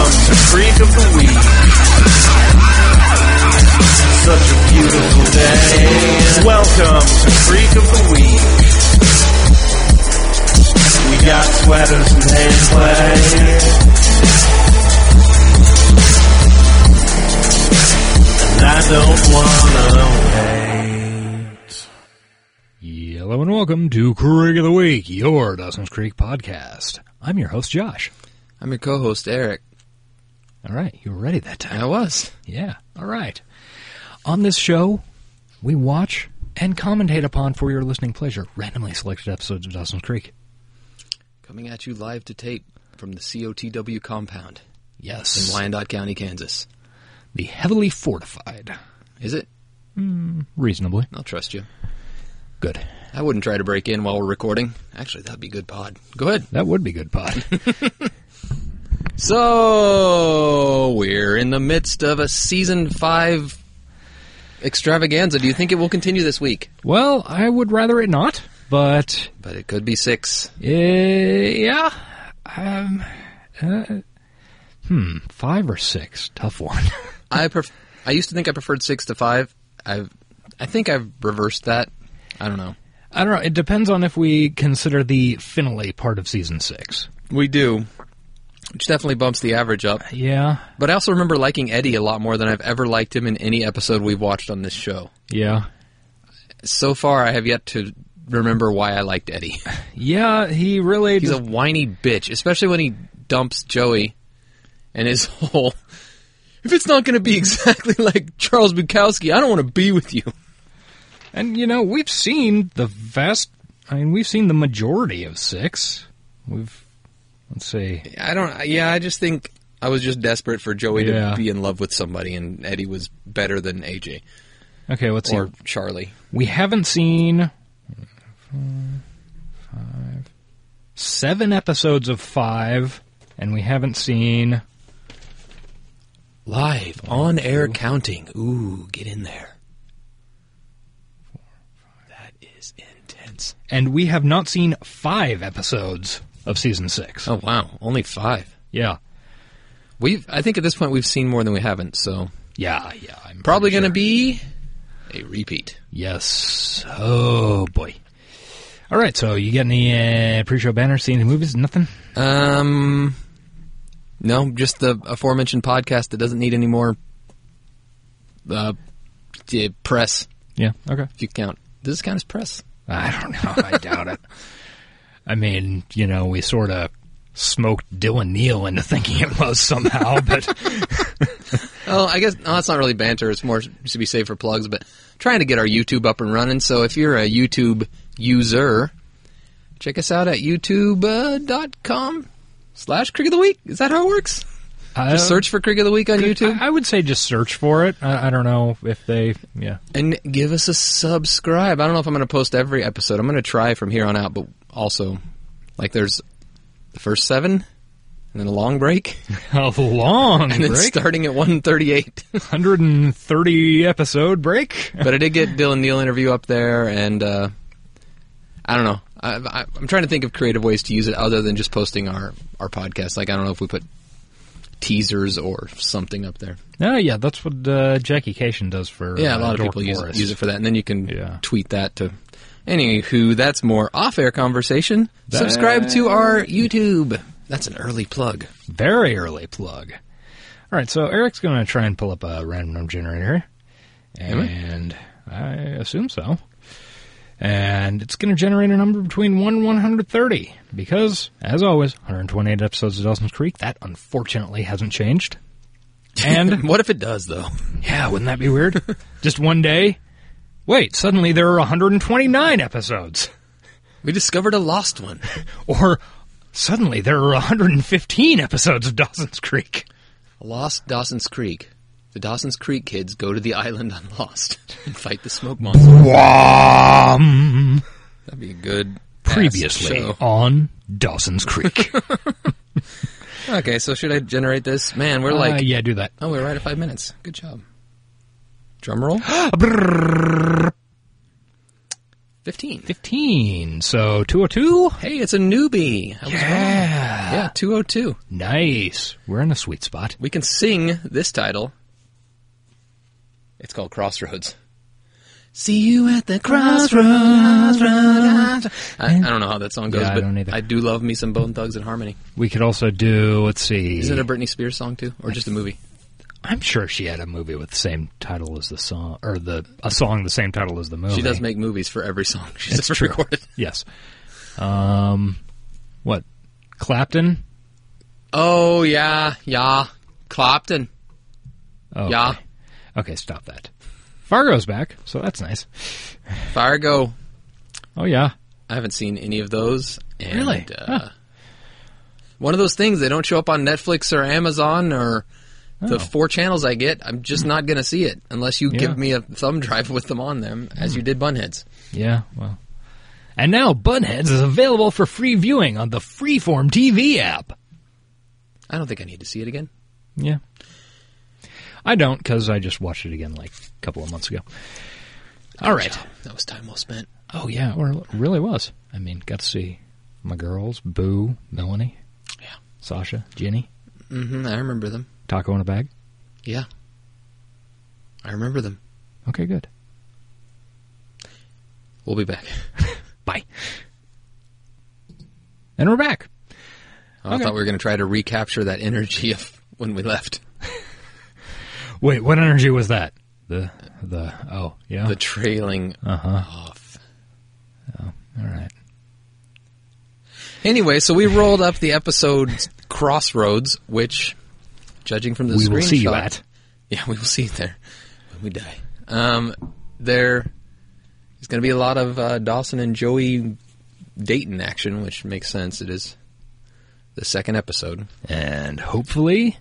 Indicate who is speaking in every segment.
Speaker 1: freak of the week. Such a beautiful day. Welcome to Freak of the Week. We got sweaters and hand play. And I don't wanna wait.
Speaker 2: Hello and welcome to Creek of the Week, your Dawson's Creek podcast. I'm your host, Josh.
Speaker 3: I'm your co-host Eric.
Speaker 2: All right, you were ready that time.
Speaker 3: I was.
Speaker 2: Yeah, all right. On this show, we watch and commentate upon for your listening pleasure randomly selected episodes of Dawson's Creek.
Speaker 3: Coming at you live to tape from the COTW compound in
Speaker 2: Yes.
Speaker 3: Wyandotte County, Kansas.
Speaker 2: The heavily fortified.
Speaker 3: Is it?
Speaker 2: Reasonably.
Speaker 3: I'll trust you.
Speaker 2: Good.
Speaker 3: I wouldn't try to break in while we're recording. Actually, that'd be good pod. Go ahead.
Speaker 2: That would be good pod.
Speaker 3: So, we're in the midst of a season 5 extravaganza. Do you think it will continue this week?
Speaker 2: well, I would rather it not, but
Speaker 3: But it could be 6.
Speaker 2: Uh, yeah. Um, uh, hmm, five or six. Tough one.
Speaker 3: I pref- I used to think I preferred 6 to 5. I've I think I've reversed that. I don't know.
Speaker 2: I don't know. It depends on if we consider the finale part of season six.
Speaker 3: We do. Which definitely bumps the average up.
Speaker 2: Yeah.
Speaker 3: But I also remember liking Eddie a lot more than I've ever liked him in any episode we've watched on this show.
Speaker 2: Yeah.
Speaker 3: So far, I have yet to remember why I liked Eddie.
Speaker 2: Yeah, he really
Speaker 3: He's a
Speaker 2: just,
Speaker 3: whiny bitch, especially when he dumps Joey and his whole. If it's not going to be exactly like Charles Bukowski, I don't want to be with you.
Speaker 2: and you know, we've seen the vast I mean, we've seen the majority of six. We've let's see.
Speaker 3: I don't. Yeah, I just think I was just desperate for Joey
Speaker 2: Yeah.
Speaker 3: to be in love with somebody, and Eddie was better than AJ
Speaker 2: Okay, let's see.
Speaker 3: or Charlie.
Speaker 2: We haven't seen four, five, seven episodes of five, and we haven't seen.
Speaker 3: Live on air counting. Ooh, get in there. That is intense.
Speaker 2: And we have not seen five episodes of season six.
Speaker 3: Oh wow, only five.
Speaker 2: Yeah,
Speaker 3: We've I think at this point we've seen more than we haven't, so
Speaker 2: yeah, yeah. I'm pretty
Speaker 3: probably going to
Speaker 2: sure.
Speaker 3: be a repeat.
Speaker 2: Yes. Oh boy. All right. So you got any uh, pre-show banners? See any movies? Nothing.
Speaker 3: Um no, just the aforementioned podcast that doesn't need any more uh d- press
Speaker 2: Yeah. Okay.
Speaker 3: if you count. Does this count as press?
Speaker 2: I don't know. I doubt it. I mean, you know, we sort of smoked Dylan Neal into thinking it was somehow, but
Speaker 3: Oh, I guess no, that's not really banter. It's more to be safe for plugs, but trying to get our YouTube up and running. So if you're a YouTube user, check us out at youtube.com slash Creek of the Week. Is that how it works?
Speaker 2: I,
Speaker 3: Just search for Creek of the Week on YouTube
Speaker 2: I, I would say just search for it. I, I don't know if they. Yeah.
Speaker 3: and give us a subscribe. I don't know if I'm going to post every episode. I'm going to try from here on out, but also, like, there's the first seven and then a long break
Speaker 2: A long
Speaker 3: and then
Speaker 2: break.
Speaker 3: starting at 138.
Speaker 2: 130 episode break.
Speaker 3: but I did get Dylan Neal interview up there, and uh, I don't know. I, I, I'm trying to think of creative ways to use it other than just posting our our podcast. Like I don't know if we put teasers or something up there.
Speaker 2: Oh, yeah, that's what uh, Jackie Cation does for.
Speaker 3: Yeah,
Speaker 2: uh,
Speaker 3: a lot of
Speaker 2: Dork
Speaker 3: people use it,
Speaker 2: Forest.
Speaker 3: use it for that, and then you can
Speaker 2: Yeah.
Speaker 3: tweet that to. Anywho, that's more off-air conversation. Subscribe to our YouTube. That's an early plug.
Speaker 2: Very early plug. All right, so Eric's going to try and pull up a random number generator.
Speaker 3: I?
Speaker 2: And I assume so. And it's going to generate a number between 1 and 130. Because, as always, 128 episodes of Dawson's Creek, that unfortunately hasn't changed. And
Speaker 3: What if it does though?
Speaker 2: Yeah, wouldn't that be weird? Just one day? Wait, suddenly there are 129 episodes.
Speaker 3: We discovered a lost one.
Speaker 2: Or suddenly there are 115 episodes of Dawson's Creek.
Speaker 3: Lost Dawson's Creek. The Dawson's Creek kids go to the island on Lost and fight the smoke monster.
Speaker 2: Wham!
Speaker 3: That'd be a good
Speaker 2: Previously
Speaker 3: show.
Speaker 2: on Dawson's Creek.
Speaker 3: Okay, so should I generate this? Man, we're
Speaker 2: Uh,
Speaker 3: like,
Speaker 2: yeah, do that.
Speaker 3: oh, we're right at five minutes. Good job. Drum roll. 15.
Speaker 2: 15. So 202?
Speaker 3: Hey, it's a newbie. I was wrong.
Speaker 2: Yeah.
Speaker 3: Yeah, 202.
Speaker 2: Nice. We're in a sweet spot.
Speaker 3: We can sing this title. It's called Crossroads. See you at the crossroads. I, I don't know how that song goes,
Speaker 2: Yeah, I
Speaker 3: but
Speaker 2: don't either.
Speaker 3: I do love me some Bone Thugs and Harmony.
Speaker 2: We could also do, let's see.
Speaker 3: Is it a Britney Spears song too, or just a movie?
Speaker 2: I'm sure she had a movie with the same title as the song, or the a song the same title as the movie.
Speaker 3: She does make movies for every song she's
Speaker 2: It's
Speaker 3: ever
Speaker 2: true.
Speaker 3: recorded.
Speaker 2: Yes. Um, what? Clapton?
Speaker 3: Oh yeah, yeah. Clapton.
Speaker 2: Oh,
Speaker 3: Yeah.
Speaker 2: Okay. Okay, stop that. Fargo's back, so that's nice.
Speaker 3: Fargo.
Speaker 2: Oh, yeah.
Speaker 3: I haven't seen any of those. And,
Speaker 2: Really?
Speaker 3: Uh,
Speaker 2: Huh.
Speaker 3: One of those things they don't show up on Netflix or Amazon or the four channels I get. I'm just not going to see it unless you
Speaker 2: Oh. Yeah. Hmm.
Speaker 3: give me a thumb drive with them on them, as you did Bunheads.
Speaker 2: Yeah, well. And now Bunheads is available for free viewing on the Freeform TV app.
Speaker 3: I don't think I need to see it again.
Speaker 2: Yeah. I don't because I just watched it again like a couple of months ago. All right.
Speaker 3: That was time well spent.
Speaker 2: Oh yeah, or it really was. I mean, got to see my girls, Boo, Melanie,
Speaker 3: Yeah.
Speaker 2: Sasha, Jenny,
Speaker 3: hmm I remember them.
Speaker 2: Taco in a bag.
Speaker 3: Yeah. I remember them.
Speaker 2: Okay, good.
Speaker 3: We'll be back.
Speaker 2: Bye. And we're back.
Speaker 3: I
Speaker 2: Okay.
Speaker 3: thought we were going to try to recapture that energy of when we left.
Speaker 2: Wait, what energy was that? The the oh yeah.
Speaker 3: The trailing
Speaker 2: uh huh.
Speaker 3: off.
Speaker 2: All right.
Speaker 3: Anyway, so we rolled up the episode's Crossroads, which, judging from the
Speaker 2: we will see you
Speaker 3: screenshot-
Speaker 2: at.
Speaker 3: Yeah, we will see you there when we die. Um, there is going to be a lot of uh, Dawson and Joey Dayton action, which makes sense. It is the second episode.
Speaker 2: and hopefully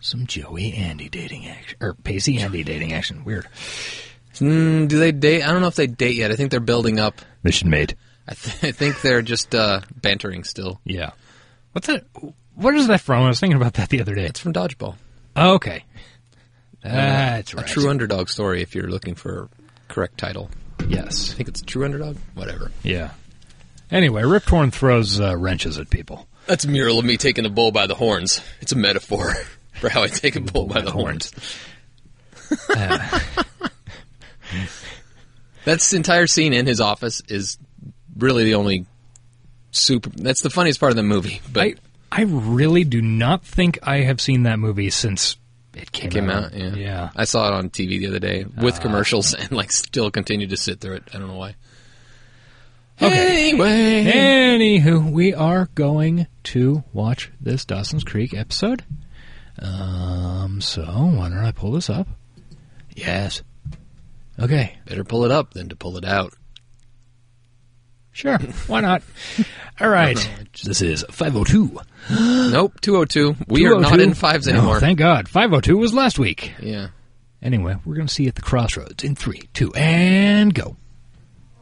Speaker 2: some Joey Andy dating action or Pacey Andy dating action. Weird.
Speaker 3: Hmm, do they date? I don't know if they date yet. I think they're building up.
Speaker 2: Mission made.
Speaker 3: I, th- I think they're just uh, bantering still.
Speaker 2: Yeah. What's that? Where is that from? I was thinking about that the other day.
Speaker 3: It's from Dodgeball.
Speaker 2: Okay. That's right.
Speaker 3: A true underdog story, if you're looking for a correct title.
Speaker 2: Yes.
Speaker 3: I think it's true underdog. Whatever.
Speaker 2: Yeah. Anyway, Rip Torn throws uh, wrenches at people.
Speaker 3: That's a mural of me taking a bull by the horns. It's a metaphor for how I take a bull by the Uh, horns. That's the entire scene in his office is really the only super. That's the funniest part of the movie. But
Speaker 2: I I really do not think I have seen that movie since it came,
Speaker 3: came out. Yeah.
Speaker 2: Yeah.
Speaker 3: I saw it on TV the other day with commercials and like still continue to sit through it. I don't know why.
Speaker 2: Okay.
Speaker 3: Anyway.
Speaker 2: Anywho, we are going to watch this Dawson's Creek episode. Um, so why don't I pull this up? Yes. Okay.
Speaker 3: Better pull it up than to pull it out.
Speaker 2: Sure. Why not? All right. This is 502.
Speaker 3: nope, 202. We are not
Speaker 2: 202?
Speaker 3: in fives
Speaker 2: No,
Speaker 3: anymore.
Speaker 2: thank God. 502 was last week.
Speaker 3: yeah.
Speaker 2: Anyway, we're going to see you at the crossroads in three, two, and go.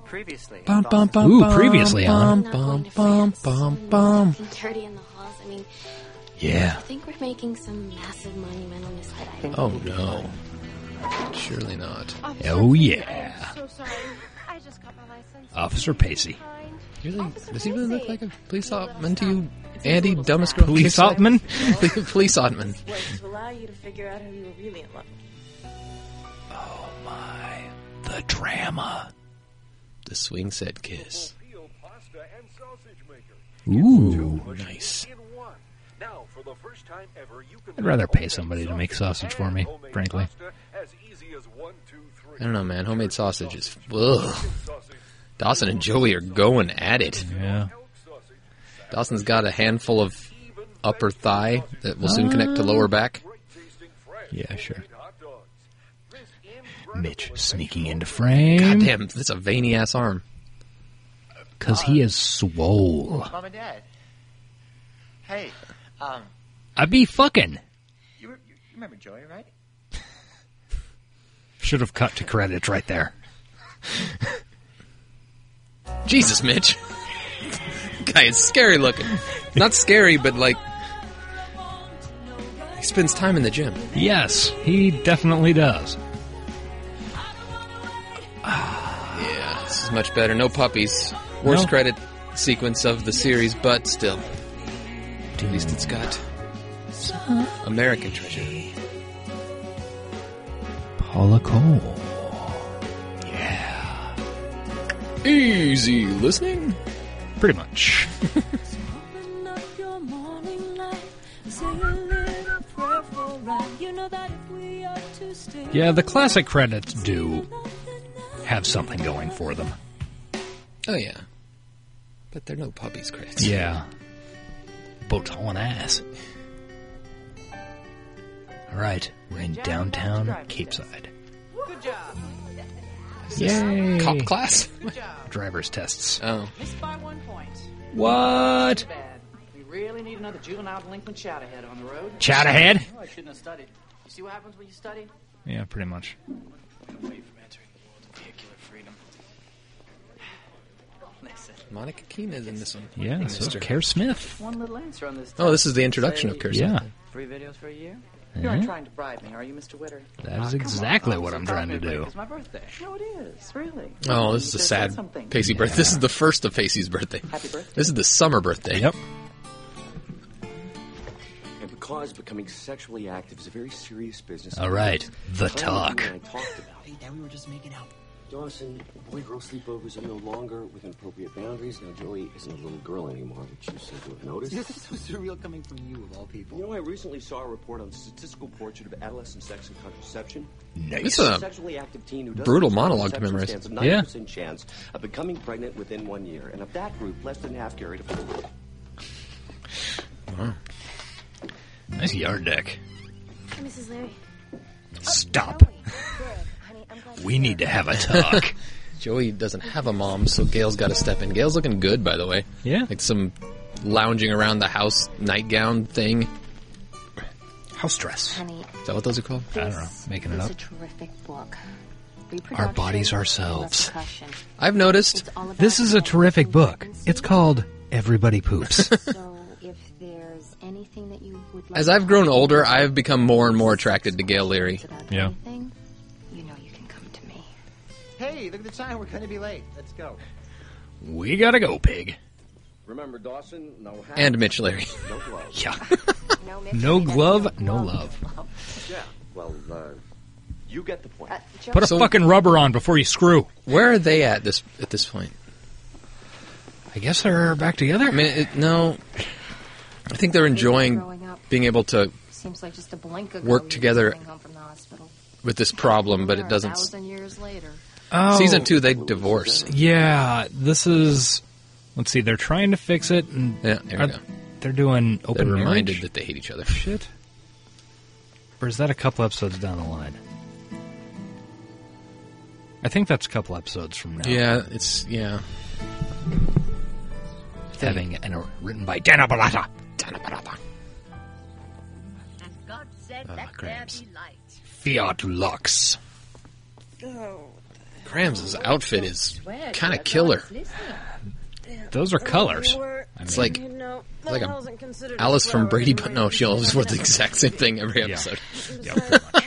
Speaker 4: Previously.
Speaker 2: Ooh, previously on.
Speaker 5: Not going to France. Looking dirty in the halls. I mean,
Speaker 2: Yeah.
Speaker 5: I think we're making some massive monumental mistake.
Speaker 3: Oh no. Surely not.
Speaker 2: Oh, yeah.
Speaker 6: so sorry. I just got my license.
Speaker 2: Officer Pacey.
Speaker 3: Really?
Speaker 6: Officer
Speaker 3: Does he really look
Speaker 6: Pacey.
Speaker 3: like a police officer to you, Andy? Dumbest girl.
Speaker 2: Police Altman?
Speaker 3: police Altman.
Speaker 7: was to allow you to figure out who you were really in love with.
Speaker 2: Oh, My, the drama.
Speaker 3: The swing set kiss.
Speaker 1: Peel pasta and sausage maker.
Speaker 2: Ooh.
Speaker 1: Nice. Now, for the first time ever, you can
Speaker 2: I'd rather
Speaker 1: make
Speaker 2: pay somebody to
Speaker 1: homemade
Speaker 2: make sausage for me,
Speaker 1: and homemade
Speaker 2: frankly.
Speaker 1: pasta as easy as one, two, three.
Speaker 3: I don't know, man. Homemade sausage is. Ugh. Dawson and Joey are going at it.
Speaker 2: Yeah.
Speaker 3: Dawson's got a handful of upper thigh that will soon connect to lower back.
Speaker 2: Yeah, sure. Mitch sneaking into frame
Speaker 3: Goddamn, that's a veiny ass arm.
Speaker 2: because he is swole.
Speaker 4: Mom and Dad. Hey, um,
Speaker 2: I be fucking.
Speaker 4: you, re- you remember Joey, right?
Speaker 2: Should have cut to credits right there.
Speaker 3: Jesus, Mitch. Guy is scary looking. Not scary, but like. He spends time in the gym.
Speaker 2: Yes, he definitely does.
Speaker 3: Yeah, this is much better. No puppies. Worst
Speaker 2: No.
Speaker 3: credit sequence of the series, but still. At least it's got American treasure.
Speaker 2: Paula Cole.
Speaker 3: Easy listening.
Speaker 2: Pretty much.
Speaker 8: Open up your morning light. Say a little prayer for right. You know that if we are to stay.
Speaker 2: Yeah, the classic credits do have something going for them.
Speaker 3: Oh yeah, but they're no puppies credits.
Speaker 2: Yeah. Boats hauling ass. All right, we're in downtown Capeside.
Speaker 9: Good job.
Speaker 2: Yay!
Speaker 3: Cop class.
Speaker 9: Good job.
Speaker 2: driver's tests.
Speaker 3: Oh,
Speaker 9: Missed by one point.
Speaker 2: What?
Speaker 9: Bad. We really need another juvenile delinquent chowderhead on the road.
Speaker 2: Chat ahead?
Speaker 9: Oh, I shouldn't have studied. You see what happens when you study?
Speaker 2: Yeah, pretty much.
Speaker 9: Away from entering the world of vehicular freedom. Listen,
Speaker 3: Monica Keene is in this one.
Speaker 2: Yeah,
Speaker 3: Thanks,
Speaker 2: so
Speaker 3: mister.
Speaker 2: Care Smith.
Speaker 9: one little answer on this.
Speaker 3: Oh, this
Speaker 9: test.
Speaker 3: is the introduction of
Speaker 9: Say,
Speaker 3: Care
Speaker 2: Yeah,
Speaker 3: Smith.
Speaker 9: Three videos for a year. You
Speaker 2: Yeah.
Speaker 9: aren't trying to bribe me, are you, Mr. Witter?
Speaker 2: that is
Speaker 9: Ah, come on,
Speaker 2: exactly
Speaker 9: I'm
Speaker 2: what
Speaker 9: so
Speaker 2: I'm trying to
Speaker 9: confident
Speaker 2: do.
Speaker 9: It's my birthday. No, it is really.
Speaker 3: Oh, this is a
Speaker 9: There's
Speaker 3: sad
Speaker 9: something.
Speaker 3: Pacey birthday. This is the first of Pacey's birthday.
Speaker 9: Happy birthday.
Speaker 3: This is the summer birthday.
Speaker 2: Yep.
Speaker 10: And because becoming sexually active is a very serious business.
Speaker 2: All right, the
Speaker 10: Something you
Speaker 2: talk.
Speaker 10: and I talked about.
Speaker 9: Hey, now we were just making out.
Speaker 10: Dawson, boy girl sleepovers are no longer within appropriate boundaries. Now, Joey isn't a little girl anymore, which you seem to have noticed.
Speaker 9: This is so surreal coming from you of all people.
Speaker 10: You know, I recently saw a report on the statistical portrait of adolescent sex and contraception.
Speaker 3: This is a
Speaker 10: sexually active teen who doesn't
Speaker 3: brutal
Speaker 10: use
Speaker 3: monologue to
Speaker 10: contraception
Speaker 3: memorize.
Speaker 10: stands a
Speaker 2: Yeah.
Speaker 10: 9% chance of becoming pregnant within one year. And of that group, less than half carried a forward.
Speaker 2: nice yard deck.
Speaker 5: Hey, Mrs. Leary.
Speaker 2: Stop.
Speaker 5: Good. Honey, I'm glad
Speaker 2: We
Speaker 5: you're
Speaker 2: need to
Speaker 5: here.
Speaker 2: have a talk.
Speaker 3: Joey doesn't have a mom, so Gail's got to step in. Gail's looking good, by the way.
Speaker 2: Yeah.
Speaker 3: like some lounging around the house nightgown thing. Is
Speaker 2: House dress.
Speaker 5: Honey,
Speaker 3: that what those are called?
Speaker 2: I don't know. Making it
Speaker 5: it's
Speaker 2: up.
Speaker 5: a terrific book.
Speaker 2: Our bodies
Speaker 5: Reproduction,
Speaker 2: ourselves.
Speaker 5: repercussion.
Speaker 3: I've noticed.
Speaker 5: It's all about
Speaker 2: This is a terrific book. It's called Everybody Poops.
Speaker 5: So if there's anything that you would like
Speaker 3: As I've grown older, I've become more and more attracted to Gail Leary.
Speaker 5: about
Speaker 2: Yeah.
Speaker 5: anything, you know you can come to me.
Speaker 4: Hey, look at the time. We're going to be late. Let's go.
Speaker 2: we gotta go, pig.
Speaker 10: Remember, Dawson, no hat,
Speaker 3: And Mitch Leary.
Speaker 10: no gloves.
Speaker 2: Yeah.
Speaker 5: No, Mitch,
Speaker 2: No
Speaker 5: that's
Speaker 2: glove, no love.
Speaker 10: Yeah. Well, uh, you get the point.
Speaker 5: Uh, Joe,
Speaker 2: Put a
Speaker 3: So-
Speaker 2: fucking rubber on before you screw.
Speaker 3: Where are they at this at this point?
Speaker 2: I guess they're back together.
Speaker 3: I mean, it, no. I think they're enjoying
Speaker 5: growing up
Speaker 3: being able to
Speaker 5: seems like just a blink ago.
Speaker 3: work
Speaker 5: you were
Speaker 3: together
Speaker 5: coming home from the hospital.
Speaker 3: with this problem, but
Speaker 5: Or
Speaker 3: it
Speaker 5: A
Speaker 3: doesn't.
Speaker 5: thousand years later.
Speaker 2: Oh,
Speaker 3: Season two, they divorce.
Speaker 2: Yeah, this is. Let's see. They're trying to fix it, and
Speaker 3: Yeah, there we
Speaker 2: are-
Speaker 3: go.
Speaker 2: they're doing
Speaker 3: They're
Speaker 2: open
Speaker 3: reminded
Speaker 2: minded
Speaker 3: that they hate each other.
Speaker 2: shit. Or is that a couple episodes down the line? I think that's a couple episodes from now.
Speaker 3: Yeah, it's yeah.
Speaker 2: having and are written by Dana Barata. Dana Barata.
Speaker 8: God said
Speaker 3: Ah, Grams.
Speaker 8: light.
Speaker 2: Fiat Lux.
Speaker 3: Grams' outfit is kind of killer.
Speaker 2: Those are colors.
Speaker 3: It's like
Speaker 7: You know,
Speaker 3: It's like a
Speaker 7: Mel hasn't considered
Speaker 3: Alice
Speaker 7: a
Speaker 3: from
Speaker 7: flower
Speaker 3: Brady,
Speaker 7: in my
Speaker 3: but no, she always wears the exact same thing every
Speaker 2: Yeah.
Speaker 3: episode.
Speaker 2: Yeah, pretty much.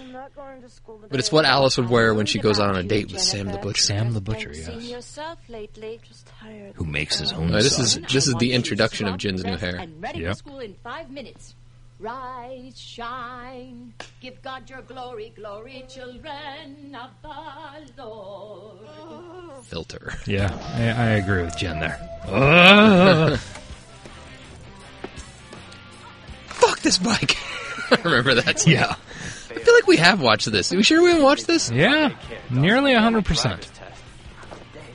Speaker 7: I'm not going to school today.
Speaker 3: But it's what Alice would wear when she goes out on a date with Sam the Butcher.
Speaker 2: Sam the Butcher,
Speaker 8: Seen
Speaker 2: yes,
Speaker 8: yourself lately? Just tired.
Speaker 2: who makes his own.
Speaker 3: Oh, this is
Speaker 2: sausage.
Speaker 3: this
Speaker 8: I
Speaker 3: is
Speaker 8: want
Speaker 3: the
Speaker 8: you
Speaker 3: introduction of
Speaker 8: strong,
Speaker 3: Jin's new
Speaker 8: dressed
Speaker 3: hair.
Speaker 8: And ready
Speaker 2: Yep.
Speaker 8: for school in five minutes. Rise, shine, give God your glory, glory, children of the Lord.
Speaker 3: Filter.
Speaker 2: Yeah, I, I agree with Jen there. Ugh.
Speaker 3: Fuck this bike. I remember that.
Speaker 2: yeah,
Speaker 3: I feel like we have watched this. Are we sure we haven't watched this?
Speaker 2: yeah, nearly hundred percent.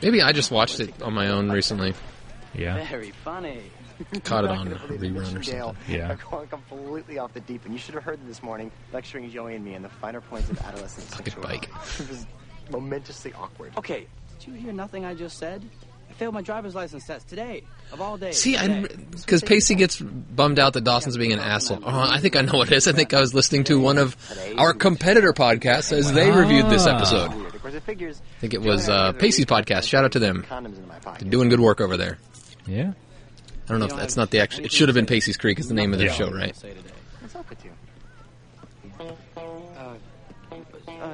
Speaker 3: Maybe I just watched it on my own recently.
Speaker 2: Yeah,
Speaker 9: Very funny.
Speaker 3: Caught it
Speaker 4: Not
Speaker 3: on a
Speaker 4: gonna believe it,
Speaker 3: rerun or
Speaker 4: Mr. Gale.
Speaker 3: something.
Speaker 2: Yeah.
Speaker 4: I've gone completely off the deep end. You should have heard him this morning lecturing Joey and me on the finer points of adolescent
Speaker 3: Fucking
Speaker 4: sexuality. It was momentously awkward.
Speaker 9: Okay, did you hear nothing I just said? I failed my driver's license test today, of all days.
Speaker 3: See, I
Speaker 9: today.
Speaker 3: because Pacey gets bummed out that Dawson's being an asshole. Oh, I think I know what it is. I think I was listening to one of our competitor podcasts as they reviewed this
Speaker 2: Ah.
Speaker 3: episode.
Speaker 4: Weird. Of course, it figures. I
Speaker 3: think it was, uh, Pacey's podcast. Shout out to them.
Speaker 4: Condoms in my pocket.
Speaker 3: Doing good work over there.
Speaker 2: yeah.
Speaker 3: I don't know if that's not the actual. It should have been Pacey's Creek is the name of their
Speaker 2: Yeah.
Speaker 3: show, right?
Speaker 4: What's up with you?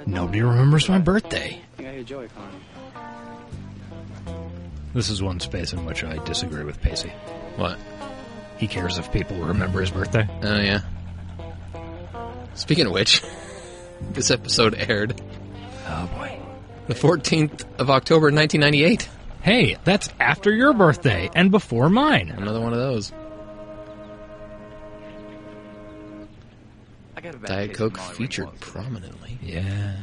Speaker 2: Nobody remembers my birthday.
Speaker 9: I think I hear Joey calling.
Speaker 2: This is one space in which I disagree with Pacey.
Speaker 3: What?
Speaker 2: He cares if people remember his birthday.
Speaker 3: Oh yeah. Speaking of which, this episode aired
Speaker 2: Oh boy.
Speaker 3: the 14th of October 1998.
Speaker 2: Hey, that's after your birthday and before mine.
Speaker 3: Another one of those.
Speaker 11: I got a bad
Speaker 3: Diet
Speaker 11: case
Speaker 3: Coke
Speaker 11: of Molly
Speaker 3: featured
Speaker 11: Ringwald.
Speaker 3: prominently.
Speaker 2: Yeah.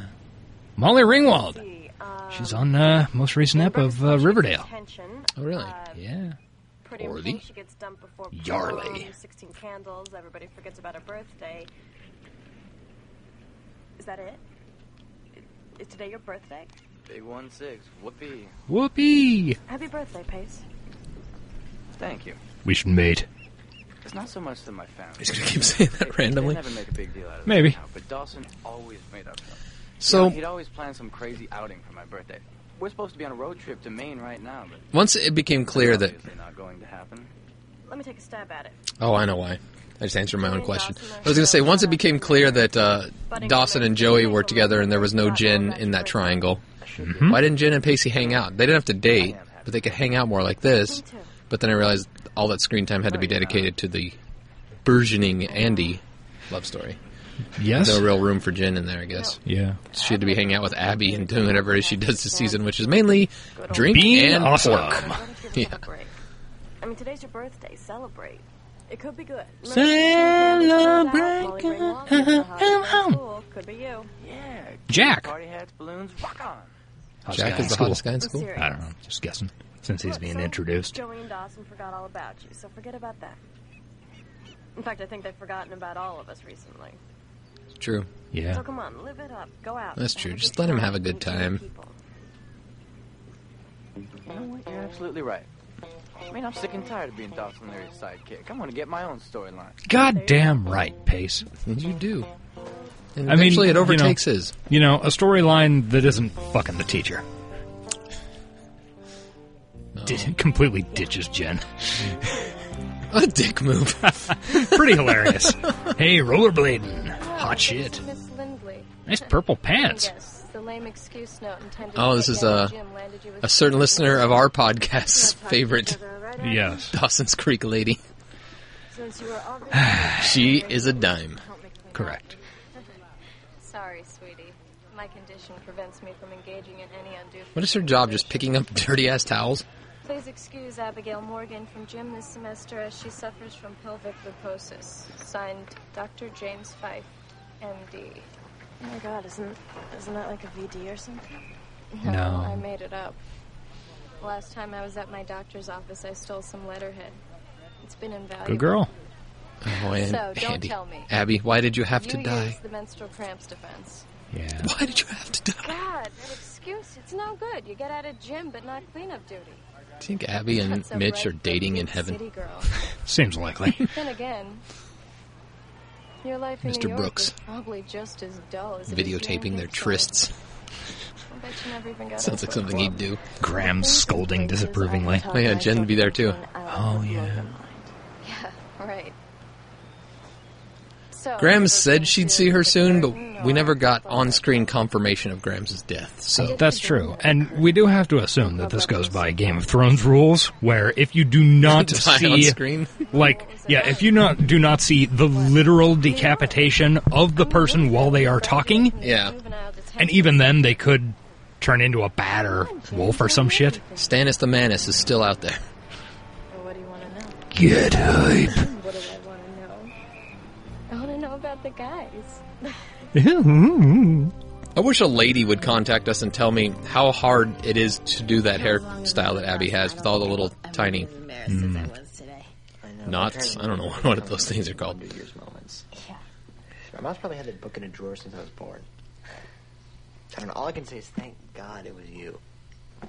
Speaker 2: Molly Ringwald.
Speaker 7: See, uh,
Speaker 2: She's on uh, most recent ep of uh, Riverdale.
Speaker 7: Tension.
Speaker 3: Oh really?
Speaker 7: Uh,
Speaker 2: Yeah.
Speaker 7: pretty
Speaker 3: Orly.
Speaker 7: much she gets dumped before prom,
Speaker 3: Yarly.
Speaker 7: 16 candles. Everybody forgets about her birthday. Is that it? Is today your birthday?
Speaker 11: Big one six. Whoopee.
Speaker 2: Whoopee.
Speaker 7: Happy birthday, Pace.
Speaker 11: Thank you.
Speaker 2: We should mate.
Speaker 11: It's not so much that my family.
Speaker 3: He's gonna keep saying
Speaker 11: They-
Speaker 3: that randomly.
Speaker 11: They never make a big deal out of it
Speaker 2: Maybe.
Speaker 11: now, but Dawson always made up. for it.
Speaker 3: So
Speaker 11: he'd always plan some crazy outing for my birthday. We're supposed to be on a road trip to Maine right now, but
Speaker 3: once it became clear
Speaker 11: that's
Speaker 3: that
Speaker 11: obviously not going to happen.
Speaker 7: Let me take a stab at it.
Speaker 3: Oh, I know why. I just answered my own question. I was going to say once it became clear that uh, Dawson and Joey were together and there was no Jen in that triangle,
Speaker 2: Mm-hmm.
Speaker 3: why didn't Jen and Pacey hang out? They didn't have to date, but they could hang out more like this. But then I realized all that screen time had to be dedicated to the burgeoning Andy love story.
Speaker 2: Yes.
Speaker 3: No real room for Jen in there, I guess.
Speaker 2: Yeah.
Speaker 3: She had to be hanging out with Abby and doing whatever it is she does this season, which is mainly drink
Speaker 2: Being
Speaker 3: and
Speaker 2: awesome.
Speaker 3: pork.
Speaker 7: Why don't you
Speaker 3: Yeah.
Speaker 7: celebrate? I mean, today's your birthday. Celebrate. It could be good.
Speaker 2: Celebrate.
Speaker 7: Molly Ringwald, Mr. Hodge, cool. Could be you.
Speaker 11: Yeah.
Speaker 2: Jack.
Speaker 11: Party hats, balloons, rock on.
Speaker 2: Hottest guy
Speaker 3: Jack
Speaker 2: in
Speaker 3: is the
Speaker 2: school.
Speaker 3: hottest guy in
Speaker 7: I'm
Speaker 3: school.
Speaker 7: serious.
Speaker 2: I don't know. Just guessing. Since he's
Speaker 7: Look,
Speaker 2: being
Speaker 7: son,
Speaker 2: introduced.
Speaker 7: Joey and Dawson forgot all about you, so forget about that. In fact, I think they've forgotten about all of us recently.
Speaker 3: True.
Speaker 2: Yeah.
Speaker 7: So come on, live it up. Go out.
Speaker 3: That's true.
Speaker 7: Have a
Speaker 3: Just
Speaker 7: good
Speaker 3: let him
Speaker 7: time.
Speaker 3: have a good
Speaker 7: Meet new
Speaker 3: time.
Speaker 7: people.
Speaker 11: You know what? You're absolutely right. I mean, I'm sick and tired of being Dawson Leary's sidekick. I want to get my own storyline.
Speaker 2: Goddamn right, Pace.
Speaker 3: And you do. And
Speaker 2: I mean,
Speaker 3: eventually
Speaker 2: you know-
Speaker 3: it overtakes his.
Speaker 2: You know, a storyline that isn't fucking the teacher. Di- completely ditches Jen.
Speaker 3: A dick move.
Speaker 2: Pretty hilarious. hey, rollerblading. Hot shit.
Speaker 12: Miss Lindley.
Speaker 2: Nice purple pants.
Speaker 12: Yes, the lame excuse note intended
Speaker 3: Oh,
Speaker 12: to
Speaker 3: this
Speaker 12: get
Speaker 3: is,
Speaker 12: down
Speaker 3: uh,
Speaker 12: Jim landed you with
Speaker 3: A certain listener of our podcast's
Speaker 12: That's how
Speaker 3: favorite
Speaker 12: you sugar, right?
Speaker 2: Yes.
Speaker 3: Dawson's Creek lady.
Speaker 12: Since you were already-
Speaker 3: She is a dime.
Speaker 12: Don't make me
Speaker 2: Correct.
Speaker 12: laugh. Sorry, sweetie. My condition prevents me from engaging in any undue.
Speaker 3: What is her job? Just picking up dirty ass towels?
Speaker 12: Please excuse Abigail Morgan from gym this semester as she suffers from pelvic leukosis. Signed, Dr. James Fife, M.D.
Speaker 7: Oh my God, isn't isn't that like a VD or something?
Speaker 12: No,
Speaker 2: No.
Speaker 12: I made it up. Last time I was at my doctor's office, I stole some letterhead. It's been invaluable.
Speaker 2: Good girl.
Speaker 3: Oh, and
Speaker 12: So, don't
Speaker 3: Andy.
Speaker 12: tell me.
Speaker 3: Abby, why did you have
Speaker 12: You
Speaker 3: to die?
Speaker 12: used the menstrual cramps defense.
Speaker 2: Yeah.
Speaker 3: Why did you have to die?
Speaker 12: God, that excuse, it's no good. You get out of gym, but not cleanup duty.
Speaker 3: Do you think Abby and
Speaker 12: That's a
Speaker 3: Mitch are
Speaker 12: red
Speaker 3: dating in
Speaker 12: big
Speaker 3: heaven?
Speaker 12: City girl.
Speaker 2: Seems likely.
Speaker 12: then again, your life in
Speaker 3: Mr.
Speaker 12: New York
Speaker 3: Brooks.
Speaker 12: is probably just as dull as it is here in
Speaker 3: Videotaping their
Speaker 12: Dixie.
Speaker 3: trysts.
Speaker 12: I bet you never even got
Speaker 3: Sounds
Speaker 12: into
Speaker 3: like
Speaker 12: a
Speaker 3: something
Speaker 12: club.
Speaker 3: he'd do.
Speaker 2: Graham scolding disapprovingly.
Speaker 7: Top
Speaker 3: Oh, yeah,
Speaker 7: nine
Speaker 3: Jen would be there too.
Speaker 7: children out
Speaker 2: Oh,
Speaker 7: of
Speaker 2: yeah.
Speaker 7: Logan.
Speaker 12: Yeah, right. So,
Speaker 3: Graham
Speaker 12: we're
Speaker 3: said
Speaker 12: going
Speaker 3: she'd
Speaker 12: to
Speaker 3: see her
Speaker 12: the
Speaker 3: soon, but
Speaker 12: curtain
Speaker 3: we
Speaker 12: or
Speaker 3: never got
Speaker 12: the-
Speaker 3: on screen confirmation of Graham's death, so.
Speaker 2: That's true. And we do have to assume that this goes by Game of Thrones rules, where if you do not
Speaker 3: Die on
Speaker 2: see
Speaker 3: screen.
Speaker 2: like yeah if you not do not see the literal decapitation of the person while they are talking
Speaker 3: Yeah.
Speaker 12: Juvenile detention.
Speaker 2: and even then they could turn into a bat or wolf or some shit
Speaker 3: Stannis the Manus is still out there.
Speaker 12: Or What do you want to know?
Speaker 2: get hype
Speaker 12: What do I want to know? I want to know about the guys.
Speaker 3: I wish a lady would contact us and tell me how hard it is to do that hairstyle that Abby has with all the little tiny
Speaker 2: Hmm.
Speaker 3: knots. I don't know what those things are called.
Speaker 4: New Year's moments. Yeah. My mom's probably had that book in a drawer since I was born. I don't know. All I can say is thank God it was you. I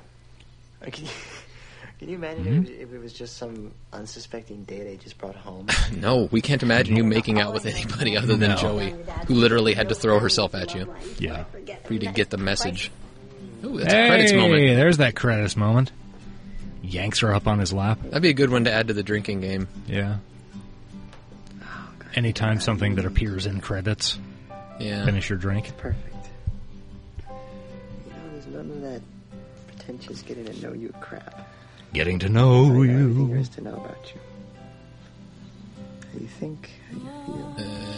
Speaker 4: mean, Can you, can you imagine if, it, if it was just some unsuspecting date I just brought home?
Speaker 3: No, we can't imagine you making out with anybody other than
Speaker 2: No.
Speaker 3: Joey, who literally had to throw herself at you
Speaker 2: yeah
Speaker 3: for you to get the message. Ooh, that's
Speaker 2: hey
Speaker 3: a credits moment.
Speaker 2: there's that credits moment yanks her up on his lap
Speaker 3: That'd be a good one to add to the drinking game.
Speaker 2: yeah anytime something that appears in credits
Speaker 3: Yeah.
Speaker 2: finish your drink
Speaker 4: Perfect. You know, there's none of that pretentious getting to know you crap.
Speaker 2: Getting to know
Speaker 4: Who
Speaker 2: you.
Speaker 4: cares to know about you? How you think? How you feel?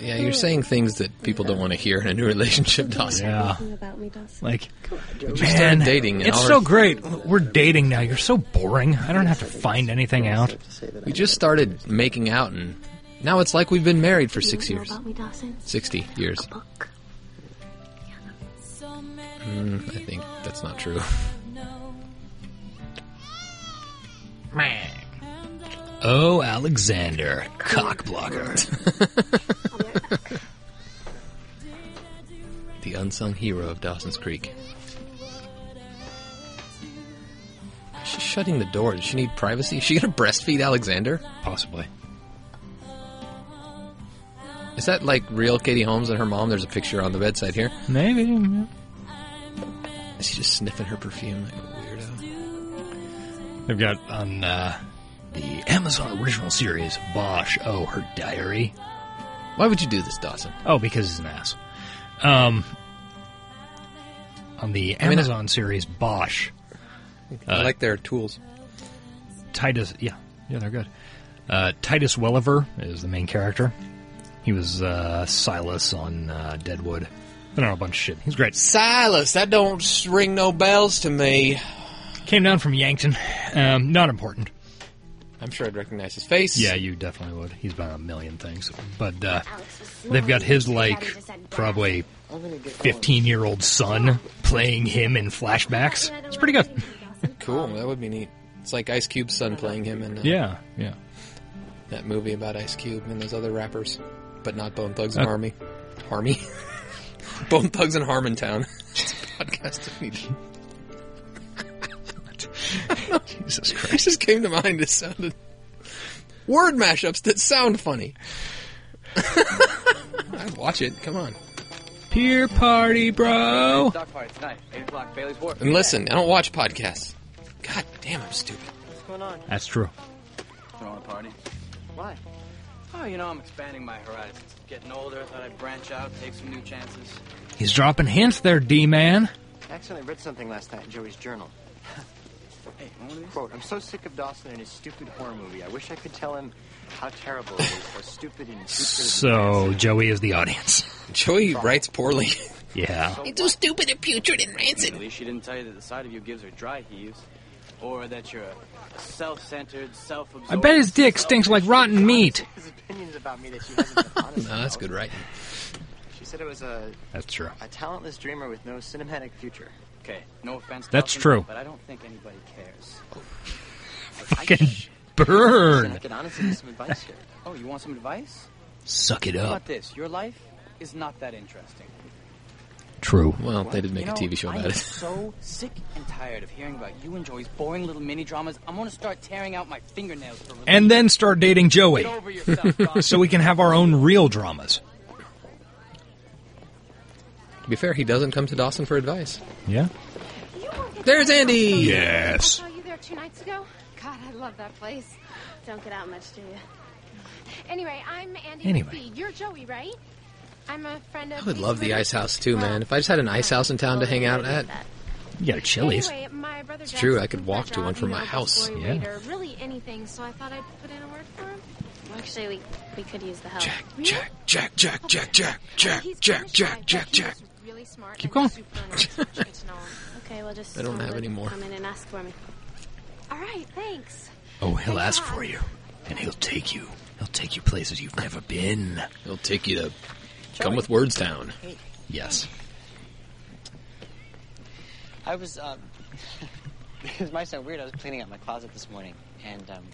Speaker 3: Yeah, you're saying things that people don't want to hear in a new relationship, Dawson.
Speaker 2: Yeah.
Speaker 5: About me, Dawson.
Speaker 2: Like,
Speaker 3: But you
Speaker 2: man,
Speaker 3: started dating. and
Speaker 2: it's
Speaker 3: all
Speaker 2: so
Speaker 3: her-
Speaker 2: great. We're dating now. You're so boring. I don't have to find anything out.
Speaker 3: We just started making out, and now it's like we've been married for six
Speaker 5: You know
Speaker 3: years.
Speaker 5: About me, Dawson.
Speaker 3: 60 years. Mm, I think that's not true.
Speaker 2: Oh, Alexander, cockblocker.
Speaker 3: the unsung hero of Dawson's Creek. She's shutting the door. Does she need privacy? Is she going to breastfeed Alexander?
Speaker 2: Possibly.
Speaker 3: Is that like real Katie Holmes and her mom? There's a picture on the bedside here.
Speaker 2: Maybe. yeah.
Speaker 3: Is she just sniffing her perfume like a weirdo?
Speaker 2: They've got on uh, the Amazon original series, Bosch, oh, her diary.
Speaker 3: Why would you do this, Dawson?
Speaker 2: Oh, because he's an ass. Um, on the
Speaker 3: mean, I-
Speaker 2: Amazon series, Bosch,
Speaker 3: I
Speaker 2: Uh,
Speaker 3: like their tools.
Speaker 2: Titus, yeah, yeah, they're good. Uh, Titus Welliver is the main character. He was uh, Silas on uh, Deadwood. Been on a bunch of shit. He's great.
Speaker 3: Silas, that don't ring no bells to me.
Speaker 2: Came down from Yankton. Um, not important.
Speaker 3: I'm sure I'd recognize his face.
Speaker 2: Yeah, you definitely would. He's been on a million things. But uh, they've got his, like, probably 15 year old son playing him in flashbacks. It's pretty good.
Speaker 3: Cool. That would be neat. It's like Ice Cube's son playing him in uh,
Speaker 2: Yeah, yeah.
Speaker 3: that movie about Ice Cube and those other rappers, but not Bone Thugs and
Speaker 2: Uh,
Speaker 3: Harmony. Harmony? Bone Thugs and Harmontown. it's a podcast I need.
Speaker 2: Jesus
Speaker 3: It
Speaker 2: Christ.
Speaker 3: just came to mind. It sounded word mashups that sound funny. I'd watch it. Come on.
Speaker 2: Peer party, bro.
Speaker 11: Doc party tonight, 8 o'clock, Bailey's Wharf.
Speaker 3: And listen, I don't watch podcasts. God damn, I'm stupid.
Speaker 9: What's going on?
Speaker 2: That's true.
Speaker 11: Throwing a party.
Speaker 9: Why?
Speaker 11: Oh, you know, I'm expanding my horizons. Getting older, thought I'd branch out, take some new chances.
Speaker 2: He's dropping hints there, D man.
Speaker 4: I accidentally read something last night in Joey's journal.
Speaker 11: Hey, want one of these?
Speaker 4: Quote, I'm so sick of Dawson and his stupid horror movie. I wish I could tell him how terrible it is, how stupid and stupid
Speaker 2: So, Joey is the audience.
Speaker 3: Joey writes poorly.
Speaker 2: Yeah.
Speaker 3: It's so stupid and putrid and rancid.
Speaker 11: At least she didn't tell you that the sight of you gives her dry heaves, or that you're a self-centered, self-absorbed.
Speaker 2: I bet his dick stinks like rotten meat.
Speaker 4: his opinions about me that she hasn't been honest
Speaker 3: No, that's good writing.
Speaker 4: about. She said it was a,
Speaker 2: That's true.
Speaker 4: a talentless dreamer with no cinematic future.
Speaker 11: Okay, no offense.
Speaker 2: That's
Speaker 11: Dawson,
Speaker 2: true.
Speaker 11: But I don't think anybody cares.
Speaker 2: Fucking
Speaker 4: Listen, I
Speaker 2: burn.
Speaker 4: could honestly give some advice here.
Speaker 11: Oh, you want some advice?
Speaker 2: Suck it
Speaker 11: How
Speaker 2: up.
Speaker 11: about this? Your life is not that interesting.
Speaker 2: True.
Speaker 3: Well, they did make
Speaker 11: You
Speaker 3: a
Speaker 11: know,
Speaker 3: TV show
Speaker 11: I
Speaker 3: about
Speaker 11: am
Speaker 3: it.
Speaker 11: so sick and tired of hearing about you and Joey's boring little mini dramas. I'm gonna start tearing out my fingernails for relief.
Speaker 2: And then start dating Joey.
Speaker 11: Get over yourself, Dawson.
Speaker 2: So we can have our own real dramas.
Speaker 3: To be fair, he doesn't come to Dawson for advice.
Speaker 2: Yeah?
Speaker 6: You won't get
Speaker 3: There's
Speaker 6: that.
Speaker 3: Andy!
Speaker 6: I
Speaker 2: Yes.
Speaker 6: saw you there two nights ago. God, I love that place.
Speaker 5: Don't get out much, do you?
Speaker 6: Anyway, I'm Andy.
Speaker 2: Anyway.
Speaker 6: McPhee. You're Joey, right? I'm a friend of.
Speaker 3: I would love the
Speaker 6: Well,
Speaker 3: ice house too, man. If I just had an ice house in town to hang out at,
Speaker 2: You got a Chili's.
Speaker 6: Anyway, my brother
Speaker 3: It's true,
Speaker 6: Jackson
Speaker 3: I could
Speaker 6: quit
Speaker 3: walk
Speaker 6: my
Speaker 3: to one
Speaker 6: job,
Speaker 3: from
Speaker 6: you
Speaker 3: my
Speaker 6: know, bus
Speaker 3: house.
Speaker 6: boy
Speaker 2: Yeah.
Speaker 6: waiter, really anything, so I thought I'd put in a word for him.
Speaker 5: Actually, we, we could use the help.
Speaker 3: Jack, Jack, Jack, Jack, Jack, Jack, Jack,
Speaker 6: He's
Speaker 3: Jack,
Speaker 6: British, but I
Speaker 3: Jack,
Speaker 6: bet
Speaker 3: Jack,
Speaker 6: he
Speaker 3: Jack.
Speaker 6: was Really smart
Speaker 2: Keep
Speaker 6: and
Speaker 2: going.
Speaker 6: super nice. You should get to know him.
Speaker 5: Okay, well, just
Speaker 3: I don't
Speaker 5: tell
Speaker 3: have
Speaker 5: Luke
Speaker 3: any
Speaker 5: to
Speaker 3: more.
Speaker 5: Come in and ask for me.
Speaker 6: All right, thanks.
Speaker 2: Oh, he'll ask for you. And he'll take you. He'll take you places you've never been.
Speaker 3: He'll take you to come with Words Town.
Speaker 2: Yes.
Speaker 13: I was, um, this might sound weird. I was cleaning out my closet this morning, and um,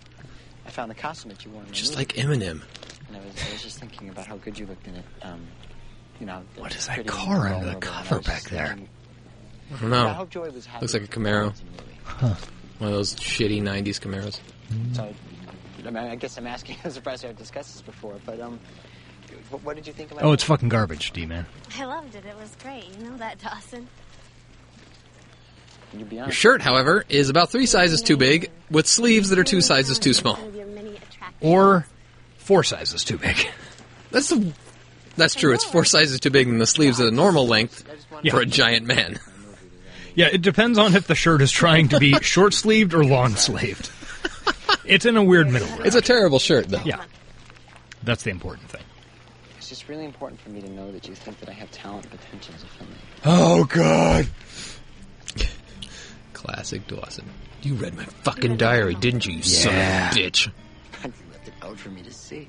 Speaker 13: I found the costume that you wore. In the
Speaker 3: Just
Speaker 13: movie.
Speaker 3: like Eminem.
Speaker 13: And I was, I was just thinking about how good you looked in it. Um, you know.
Speaker 2: What
Speaker 13: it's
Speaker 2: is that
Speaker 13: pretty and
Speaker 2: car under the
Speaker 13: vulnerable, and I
Speaker 2: cover
Speaker 13: was just
Speaker 2: back there?
Speaker 13: thinking-
Speaker 3: I don't
Speaker 13: Yeah, I
Speaker 3: know.
Speaker 13: hope Joy was happy.
Speaker 3: Oh. Looks like a
Speaker 13: with the
Speaker 3: Camaro.
Speaker 13: performance in the movie.
Speaker 3: One of those shitty 90s Camaros.
Speaker 13: So, I, mean, I guess I'm asking. I'm surprised I've discussed this before, but um, what, what did you think about?
Speaker 2: Oh, it's fucking garbage, D man.
Speaker 5: I loved it. It was great. You know that, Dawson.
Speaker 13: You be
Speaker 3: Your
Speaker 13: honest.
Speaker 3: shirt, however, is about three sizes too big, with sleeves that are two sizes too small.
Speaker 5: One of your many attractions.
Speaker 2: Or four sizes too big.
Speaker 3: That's the, that's true. It's four sizes too big than the sleeves at a normal length for a giant man.
Speaker 2: Yeah, it depends on if the shirt is trying to be short sleeved or long sleeved. It's in a weird middle.
Speaker 3: It's a terrible shirt, though.
Speaker 2: Yeah. That's the important thing.
Speaker 13: It's just really important for me to know that you think that I have talent and potential as a filmmaker.
Speaker 3: Oh God. Classic Dawson. You read my fucking diary, didn't you, you son
Speaker 13: Yeah.
Speaker 3: of a bitch?
Speaker 13: I left it out for me to see.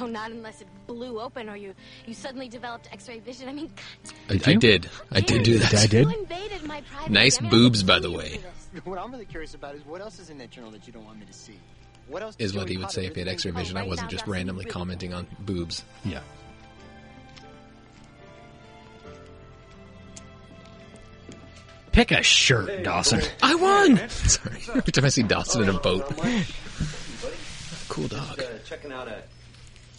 Speaker 6: Oh, not unless it blew open or you, you suddenly developed X-ray vision. I mean, God,
Speaker 3: I, I did. I did do that.
Speaker 6: You invaded my private.
Speaker 3: Nice
Speaker 6: I mean, I
Speaker 3: boobs,
Speaker 6: could
Speaker 3: by
Speaker 6: see
Speaker 3: the
Speaker 6: you
Speaker 3: way.
Speaker 6: do this.
Speaker 13: What I'm really curious about is what else is in that journal that you don't want me to see? What else
Speaker 3: Is
Speaker 13: did
Speaker 3: what
Speaker 13: Joey
Speaker 3: he would
Speaker 13: Potter
Speaker 3: say if he had
Speaker 13: really
Speaker 3: X-ray
Speaker 13: think-
Speaker 3: vision. I wasn't just randomly commenting on boobs.
Speaker 2: Yeah. Pick a shirt, Dawson.
Speaker 3: I won. Sorry. Every time I see Dawson in a boat, cool dog.
Speaker 14: Just, uh, checking out a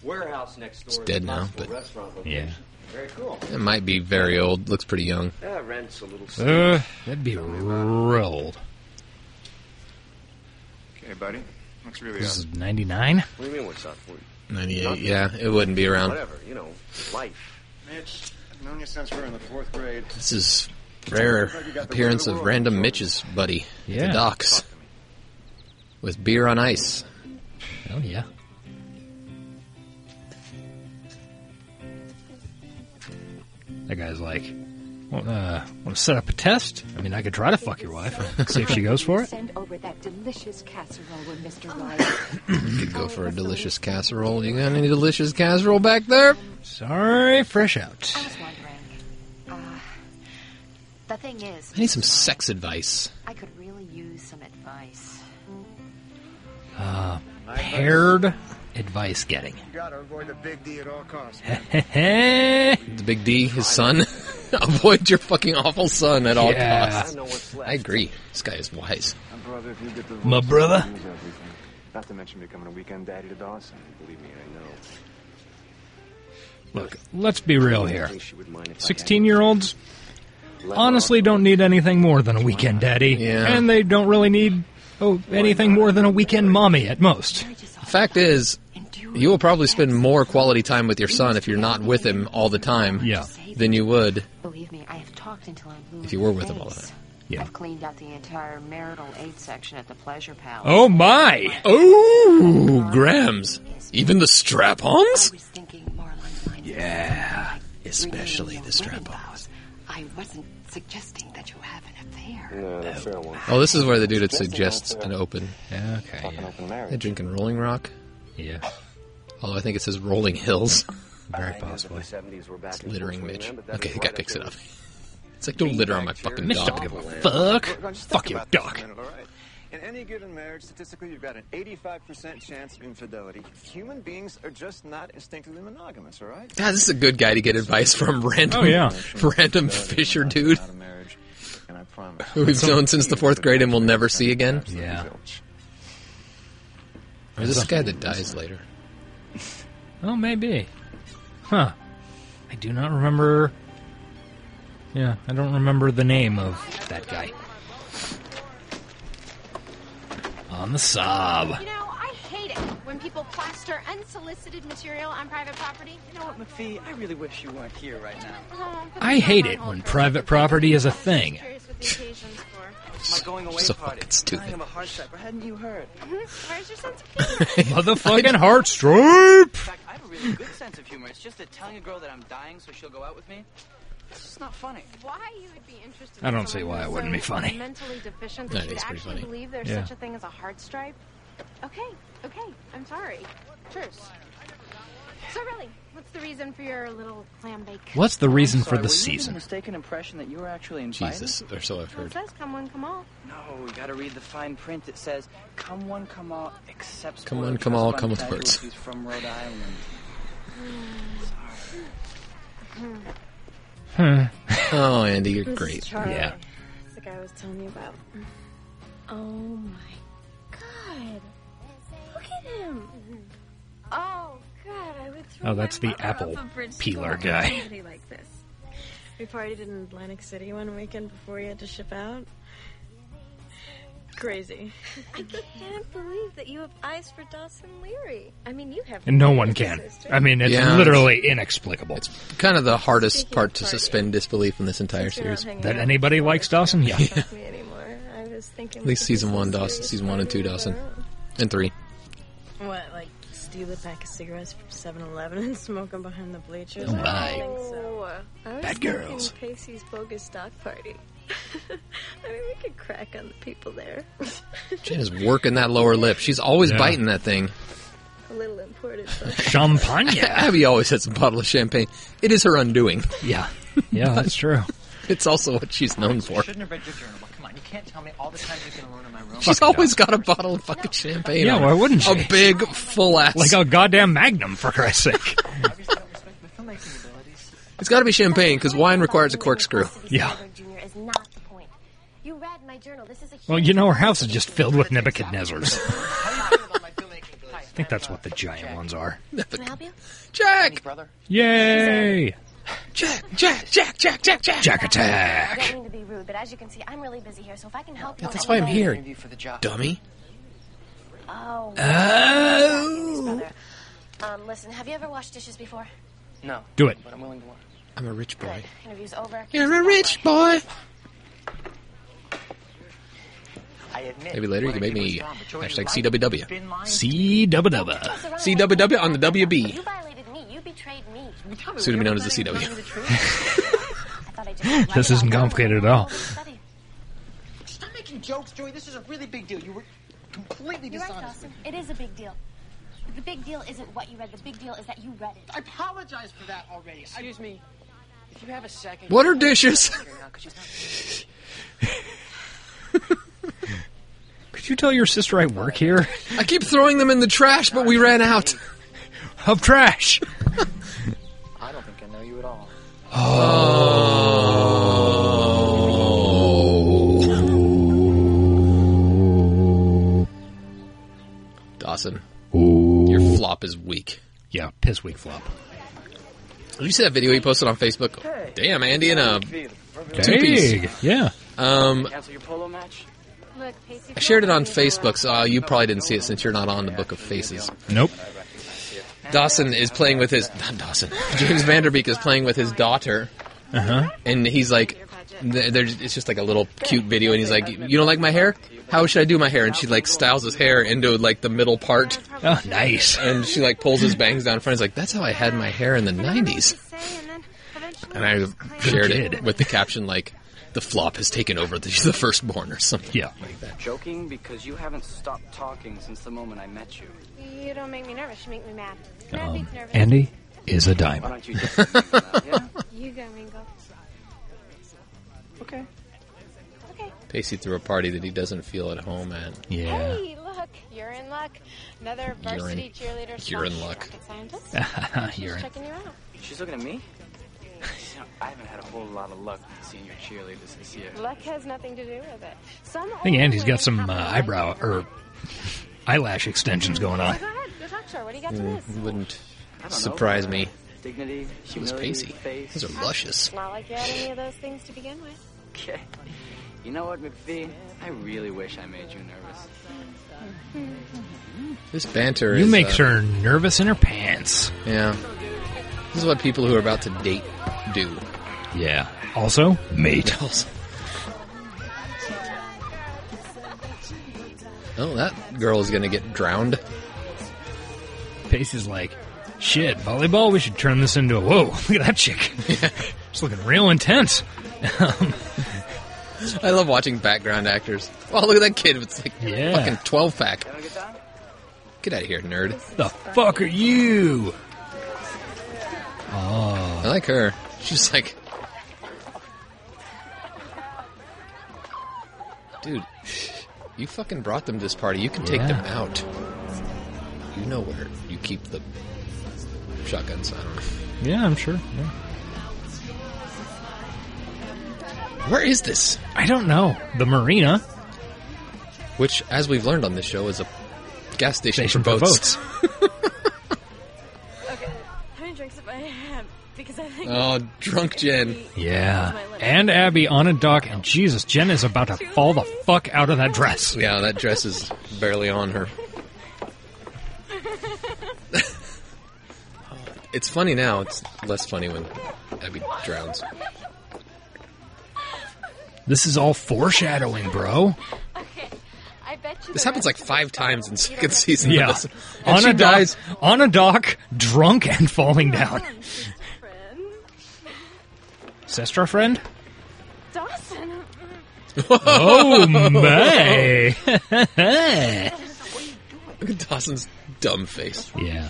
Speaker 14: warehouse next door.
Speaker 3: It's dead
Speaker 14: to a
Speaker 3: now,
Speaker 14: possible
Speaker 3: but-
Speaker 14: restaurant
Speaker 2: Yeah.
Speaker 14: location. Very cool.
Speaker 3: It might be very old. Looks pretty young.
Speaker 14: Yeah, rent's a little. steep.
Speaker 2: Uh, that'd be real old.
Speaker 15: Okay, buddy. Looks really
Speaker 2: This
Speaker 15: up.
Speaker 2: is 99?
Speaker 14: What do you mean, what's up? We-
Speaker 3: 98. Yeah, it wouldn't be around.
Speaker 14: Whatever, you know, life.
Speaker 15: Mitch, I've known you since we were in the fourth grade.
Speaker 3: This is rare appearance of random Mitch's buddy at
Speaker 2: Yeah.
Speaker 3: the docks with beer on ice.
Speaker 2: Oh, yeah. That guy's like, well, uh, want to set up a test? I mean, I could try to fuck your wife. See if she goes for it.
Speaker 16: Send over that delicious casserole when Mr.
Speaker 5: Oh,
Speaker 16: Ryan.
Speaker 3: You could go for a delicious casserole. You got any delicious casserole back there?
Speaker 2: Sorry, fresh out.
Speaker 16: I was wondering. Uh, the thing is,
Speaker 3: I need some sex advice.
Speaker 16: I could really use some advice.
Speaker 2: Uh, paired advice getting.
Speaker 15: You gotta avoid the big D at all costs.
Speaker 3: the big D, his son. Avoid your fucking awful son at all
Speaker 15: Yeah. I know what's
Speaker 3: costs.
Speaker 15: left.
Speaker 3: I agree. This guy is wise.
Speaker 15: My brother, if you get the
Speaker 3: My brother?
Speaker 15: you lose everything. Not to mention becoming a weekend daddy to Dawson. Believe me, I know.
Speaker 2: Look, let's be real here.
Speaker 14: She would mind if I had-
Speaker 2: 16 year olds honestly don't need anything more than a weekend daddy. And they don't really need oh, anything more than a weekend mommy at most.
Speaker 3: The fact is, you will probably spend more quality time with your son if you're not with him all the time
Speaker 2: Yeah.
Speaker 3: than you would
Speaker 16: Believe me, I have talked until I'm blue.
Speaker 3: if
Speaker 16: in
Speaker 3: you were
Speaker 16: the
Speaker 3: with him all the
Speaker 16: face.
Speaker 3: time.
Speaker 16: I've cleaned out the entire marital aid section at the Pleasure Palace.
Speaker 3: Oh my! Oh, Grams. Even the strap-ons? Yeah, especially the strap-ons.
Speaker 16: I wasn't suggesting that you have an affair.
Speaker 10: uh,
Speaker 14: No, that's fair one.
Speaker 3: Oh, this is where the dude that suggests an open.
Speaker 2: Yeah, okay.
Speaker 14: Fucking open marriage.
Speaker 3: They're drinking Rolling Rock.
Speaker 2: Yeah.
Speaker 3: Although I think it says Rolling Hills.
Speaker 2: Very
Speaker 14: possibly. The 70s were back
Speaker 3: It's littering, Mitch.
Speaker 14: Remember, that
Speaker 3: Okay,
Speaker 14: was
Speaker 3: the guy
Speaker 14: right
Speaker 3: picks
Speaker 14: up
Speaker 3: it up.
Speaker 14: there
Speaker 3: It's like, don't litter on my fucking
Speaker 14: Mitch
Speaker 3: dog.
Speaker 14: don't give a
Speaker 15: Well,
Speaker 3: Fuck.
Speaker 15: now just think
Speaker 3: Fuck your
Speaker 15: about this
Speaker 3: dog.
Speaker 15: a minute, all right? In any given marriage, statistically, you've got an 85% chance of infidelity. Human beings are just not instinctively monogamous, all right?
Speaker 3: God, this is a good guy to get advice from random,
Speaker 2: Oh, yeah.
Speaker 3: random Fisher dude
Speaker 15: Not a marriage, and I promise.
Speaker 3: who we've known since the fourth grade and we'll never see again.
Speaker 2: Yeah.
Speaker 3: Or this guy that dies later.
Speaker 2: Oh, maybe. Huh. I do not remember. Yeah, I don't remember the name of that guy. On the sob.
Speaker 6: You know, I hate it when people plaster unsolicited material on private property. You know what?
Speaker 13: McPhee, I really wish you weren't here right now.
Speaker 6: Oh, put
Speaker 2: I
Speaker 6: this
Speaker 2: hate
Speaker 6: on
Speaker 2: it
Speaker 6: hold
Speaker 2: when
Speaker 6: for a
Speaker 2: private
Speaker 6: second.
Speaker 2: property is a thing.
Speaker 6: Curious what the occasion's for.
Speaker 14: My going away
Speaker 2: So
Speaker 14: party.
Speaker 2: fucking stupid.
Speaker 14: Dying of a heart stopper. Hadn't you heard?
Speaker 6: Mm-hmm. Where's your sense of
Speaker 2: Motherfucking heart stroke!
Speaker 11: In fact, I have a really good sense of humor. It's just that telling a girl that I'm dying so she'll go out with me, it's just not funny.
Speaker 6: Why you would be interested?
Speaker 2: I
Speaker 6: in
Speaker 2: don't see
Speaker 6: someone
Speaker 2: why
Speaker 6: who's
Speaker 2: it wouldn't be
Speaker 6: so
Speaker 2: funny.
Speaker 6: Mentally deficient
Speaker 2: That
Speaker 6: that you
Speaker 2: is pretty
Speaker 6: actually
Speaker 2: funny.
Speaker 6: believe there's
Speaker 2: Yeah.
Speaker 6: such a thing as a hard stripe. Okay, okay, I'm sorry. Cheers. So really, what's the reason for your little clam bake?
Speaker 2: What's the reason
Speaker 11: I'm
Speaker 2: for
Speaker 11: sorry,
Speaker 2: the
Speaker 11: were you given a
Speaker 2: season?
Speaker 11: mistaken impression that you were actually invited?
Speaker 3: Jesus, or so I've
Speaker 6: Well, it
Speaker 3: heard.
Speaker 6: says come one, come all.
Speaker 11: No, we gotta read the fine print. It says, "Come one, come all, except
Speaker 3: Come
Speaker 11: spoiled
Speaker 3: one, come all,
Speaker 11: trust
Speaker 3: come
Speaker 11: fund
Speaker 3: sports."
Speaker 11: casualties from Rhode Island."
Speaker 3: Oh, Andy, you're
Speaker 12: This
Speaker 3: great.
Speaker 12: Is Charlie.
Speaker 3: Yeah.
Speaker 12: It's the guy I was telling you about. Oh my god. Look at him. Oh god, I would throw
Speaker 2: Oh, that's
Speaker 12: my
Speaker 2: the
Speaker 12: mother
Speaker 2: apple
Speaker 12: off a bridge
Speaker 2: peeler
Speaker 12: to
Speaker 2: guy.
Speaker 12: have somebody like this. We partied in Atlantic City one weekend before we had to ship out.
Speaker 7: crazy. I can't believe that you have eyes for Dawson Leary. I mean, you have.
Speaker 2: And no one can. I mean, it's
Speaker 3: Yeah.
Speaker 2: literally inexplicable.
Speaker 3: Kind of the hardest part to suspend disbelief in this entire
Speaker 7: Since you're not
Speaker 3: series.
Speaker 7: hanging
Speaker 2: That anybody likes Dawson? Yeah.
Speaker 7: me anymore. I was thinking.
Speaker 3: At least season one, Dawson. Season one and two, Dawson. And three.
Speaker 12: What, like steal a pack of cigarettes from 7 Eleven and smoke them behind the bleachers?
Speaker 3: Oh, my.
Speaker 7: So, uh, I was
Speaker 12: Bad
Speaker 7: thinking
Speaker 12: girls.
Speaker 7: Pacey's bogus dog party. I mean, we could crack on the people there.
Speaker 3: Jen is working that lower lip. She's always
Speaker 2: Yeah.
Speaker 3: biting that thing.
Speaker 7: A little important.
Speaker 2: Champagne.
Speaker 3: Abby always has a bottle of champagne. It is her undoing.
Speaker 2: Yeah. Yeah, that's true.
Speaker 3: It's also what she's known for.
Speaker 13: Shouldn't have read your journal. Come on, you can't tell me all the times you've been alone in my room.
Speaker 3: She's always got a bottle of fucking champagne.
Speaker 2: Yeah,
Speaker 3: on
Speaker 2: why
Speaker 3: her.
Speaker 2: wouldn't she?
Speaker 3: A big full ass.
Speaker 2: Like a goddamn magnum, for Christ's sake.
Speaker 3: it's got to be champagne because wine requires a corkscrew.
Speaker 2: Yeah.
Speaker 5: Junior is not the point. You read my journal. This is a
Speaker 2: Well, you know, her house is just filled with Nebuchadnezzars. I think that's what the giant ones are.
Speaker 5: Can I help you?
Speaker 3: Jack!
Speaker 13: Brother?
Speaker 2: Yay!
Speaker 3: Jack, Jack, Jack, Jack, Jack, Jack.
Speaker 2: Jack
Speaker 5: I
Speaker 2: attack!
Speaker 5: don't mean to be rude, but as you can see, I'm really busy here, so if I can help you...
Speaker 3: That's
Speaker 5: in
Speaker 3: why
Speaker 5: any
Speaker 3: I'm
Speaker 5: way-
Speaker 3: here, dummy.
Speaker 5: Oh.
Speaker 3: Oh.
Speaker 5: Brother. Um, listen, have you ever washed dishes before?
Speaker 13: No.
Speaker 2: Do it.
Speaker 13: But I'm willing to learn.
Speaker 3: I'm a rich boy.
Speaker 5: Interview's over.
Speaker 3: You're a rich boy.
Speaker 13: I admit.
Speaker 3: Maybe later you can make me hashtag CWW.
Speaker 2: CWW.
Speaker 3: CWW on the WB.
Speaker 5: You violated me. You betrayed me.
Speaker 3: Soon to be known as the CW.
Speaker 5: I thought I just...
Speaker 2: This isn't complicated at all.
Speaker 13: Stop making jokes, Joey. This is a really big deal. You were completely
Speaker 5: You're right,
Speaker 13: dishonest.
Speaker 5: Dawson. It is a big deal. The big deal isn't what you read. The big deal is that you read it.
Speaker 13: I apologize for that already. Excuse me. If you have a second.
Speaker 3: What are dishes?
Speaker 2: Could you tell your sister I work here?
Speaker 3: I keep throwing them in the trash, but we ran out
Speaker 2: of trash.
Speaker 13: I don't think I know you at all.
Speaker 3: Oh.
Speaker 2: Oh.
Speaker 3: Dawson, your flop is weak.
Speaker 2: Yeah, piss weak flop.
Speaker 3: Did you see that video he posted on Facebook? Damn, Andy and uh, two
Speaker 2: Big.
Speaker 3: piece.
Speaker 2: Yeah.
Speaker 3: Um,
Speaker 14: Cancel your polo match?
Speaker 5: Look, Pacey...
Speaker 3: I shared it on Facebook, so uh, you probably didn't see it since you're not on the Book of Faces.
Speaker 2: Nope.
Speaker 3: Dawson is playing with his not Dawson. James Vanderbeek is playing with his daughter,
Speaker 2: Uh huh.
Speaker 3: and he's like, th- there's it's just like a little cute video, and he's like, you don't like my hair? How should I do my hair? And she like styles his hair into like the middle part.
Speaker 2: Oh, nice.
Speaker 3: And she like pulls his bangs down in front. He's like, that's how I had my hair in the '90s. And I shared it with the caption like, the flop has taken over the, the firstborn or something.
Speaker 2: Yeah.
Speaker 14: Joking because you haven't stopped talking since the moment I met you.
Speaker 6: You don't make me nervous. You make me mad.
Speaker 2: Um, Andy is a
Speaker 14: Why
Speaker 2: diamond.
Speaker 14: don't you just yeah?
Speaker 6: You go, Mingo.
Speaker 14: Okay.
Speaker 3: Pacey threw a party that he doesn't feel at home at.
Speaker 2: Yeah.
Speaker 6: Hey, look, you're in luck. Another
Speaker 3: You're in-
Speaker 6: varsity cheerleader.
Speaker 3: you're in
Speaker 6: slash
Speaker 3: luck.
Speaker 6: rocket scientist. She's
Speaker 2: You're in-
Speaker 6: checking you out.
Speaker 14: She's looking at me? You know, I haven't had a whole lot of luck seeing your cheerleaders this year.
Speaker 6: Luck has nothing to do with it. Some
Speaker 2: I think Andy's got some uh, eyebrow or eyelash extensions going on.
Speaker 6: Go ahead, go talk to her. What do you got to lose?
Speaker 3: Mm, wouldn't
Speaker 14: Oh, don't know.
Speaker 3: surprise me.
Speaker 14: Dignity,
Speaker 3: It was
Speaker 14: humility,
Speaker 3: Pacey.
Speaker 14: faith.
Speaker 3: Those are luscious.
Speaker 6: Not like you had any of those things to begin with.
Speaker 14: Okay. You know what, McPhee? I really wish I made you nervous.
Speaker 3: This banter
Speaker 2: You
Speaker 3: is,
Speaker 2: makes
Speaker 3: uh,
Speaker 2: her nervous in her pants.
Speaker 3: Yeah. This is what people who are about to date do.
Speaker 2: Yeah. Also, mate.
Speaker 3: Also- Oh, that girl is going to get drowned.
Speaker 2: Pace is like, shit, volleyball, we should turn this into a whoa, look at that chick. She's looking real intense.
Speaker 3: I love watching background actors. Oh, look at that kid. It's like
Speaker 2: Yeah.
Speaker 3: fucking 12 pack. Get out of here, nerd.
Speaker 2: The fuck are you? Oh.
Speaker 3: I like her. She's like. Dude, you fucking brought them to this party. You can take them
Speaker 2: Yeah.
Speaker 3: out. You know where you keep the shotguns. I don't know.
Speaker 2: Yeah, I'm sure. Yeah.
Speaker 3: Where is this?
Speaker 2: I don't know. The marina.
Speaker 3: Which, as we've learned on this show, is a gas station,
Speaker 2: Station
Speaker 3: for
Speaker 2: for
Speaker 3: boats.
Speaker 7: Okay. I enjoyed
Speaker 12: drinks in my hand because I think.
Speaker 3: Oh, drunk Jen.
Speaker 2: Yeah. And Abby on a dock, and Jesus, Jen is about to fall the fuck out of that dress.
Speaker 3: Yeah, that dress is barely on her. it's funny now. It's less funny when Abby drowns.
Speaker 2: This is all foreshadowing, bro.
Speaker 5: Okay, I bet you.
Speaker 3: This
Speaker 5: the
Speaker 3: happens like
Speaker 5: rest
Speaker 3: five times in second season. of
Speaker 2: Yeah.
Speaker 3: this. And
Speaker 2: On
Speaker 3: she
Speaker 2: a dock,
Speaker 3: dies.
Speaker 2: on a dock, drunk and falling down. Sister friend?
Speaker 5: Dawson.
Speaker 2: Oh my.
Speaker 3: Look at Dawson's dumb face.
Speaker 2: Yeah.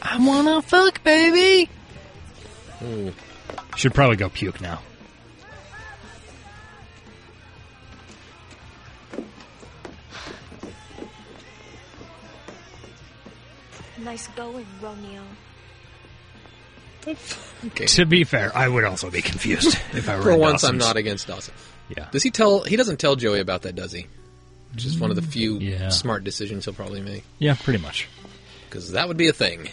Speaker 2: I wanna fuck, baby. Should probably go puke now.
Speaker 5: Nice going, Romeo.
Speaker 2: To be fair, I would also be confused if I were
Speaker 3: For
Speaker 2: in
Speaker 3: once, I'm
Speaker 2: Dawson's.
Speaker 3: not against Dawson.
Speaker 2: Yeah.
Speaker 3: Does he tell? He doesn't tell Joey about that, does he? Which is one of the few
Speaker 2: Mm, Yeah.
Speaker 3: smart decisions he'll probably make.
Speaker 2: Yeah, pretty much.
Speaker 3: Because that would be a thing.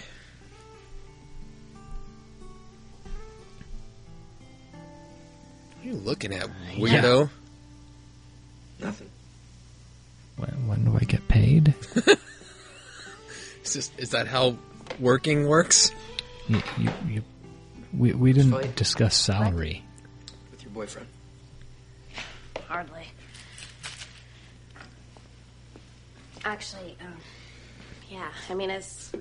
Speaker 3: What are you looking at, weirdo? Nothing.
Speaker 2: When, when do I get paid?
Speaker 3: It's just, is that how working works?
Speaker 2: You, you, you, we, we didn't discuss salary.
Speaker 3: With your boyfriend.
Speaker 5: Hardly. Actually, um, yeah. I mean, as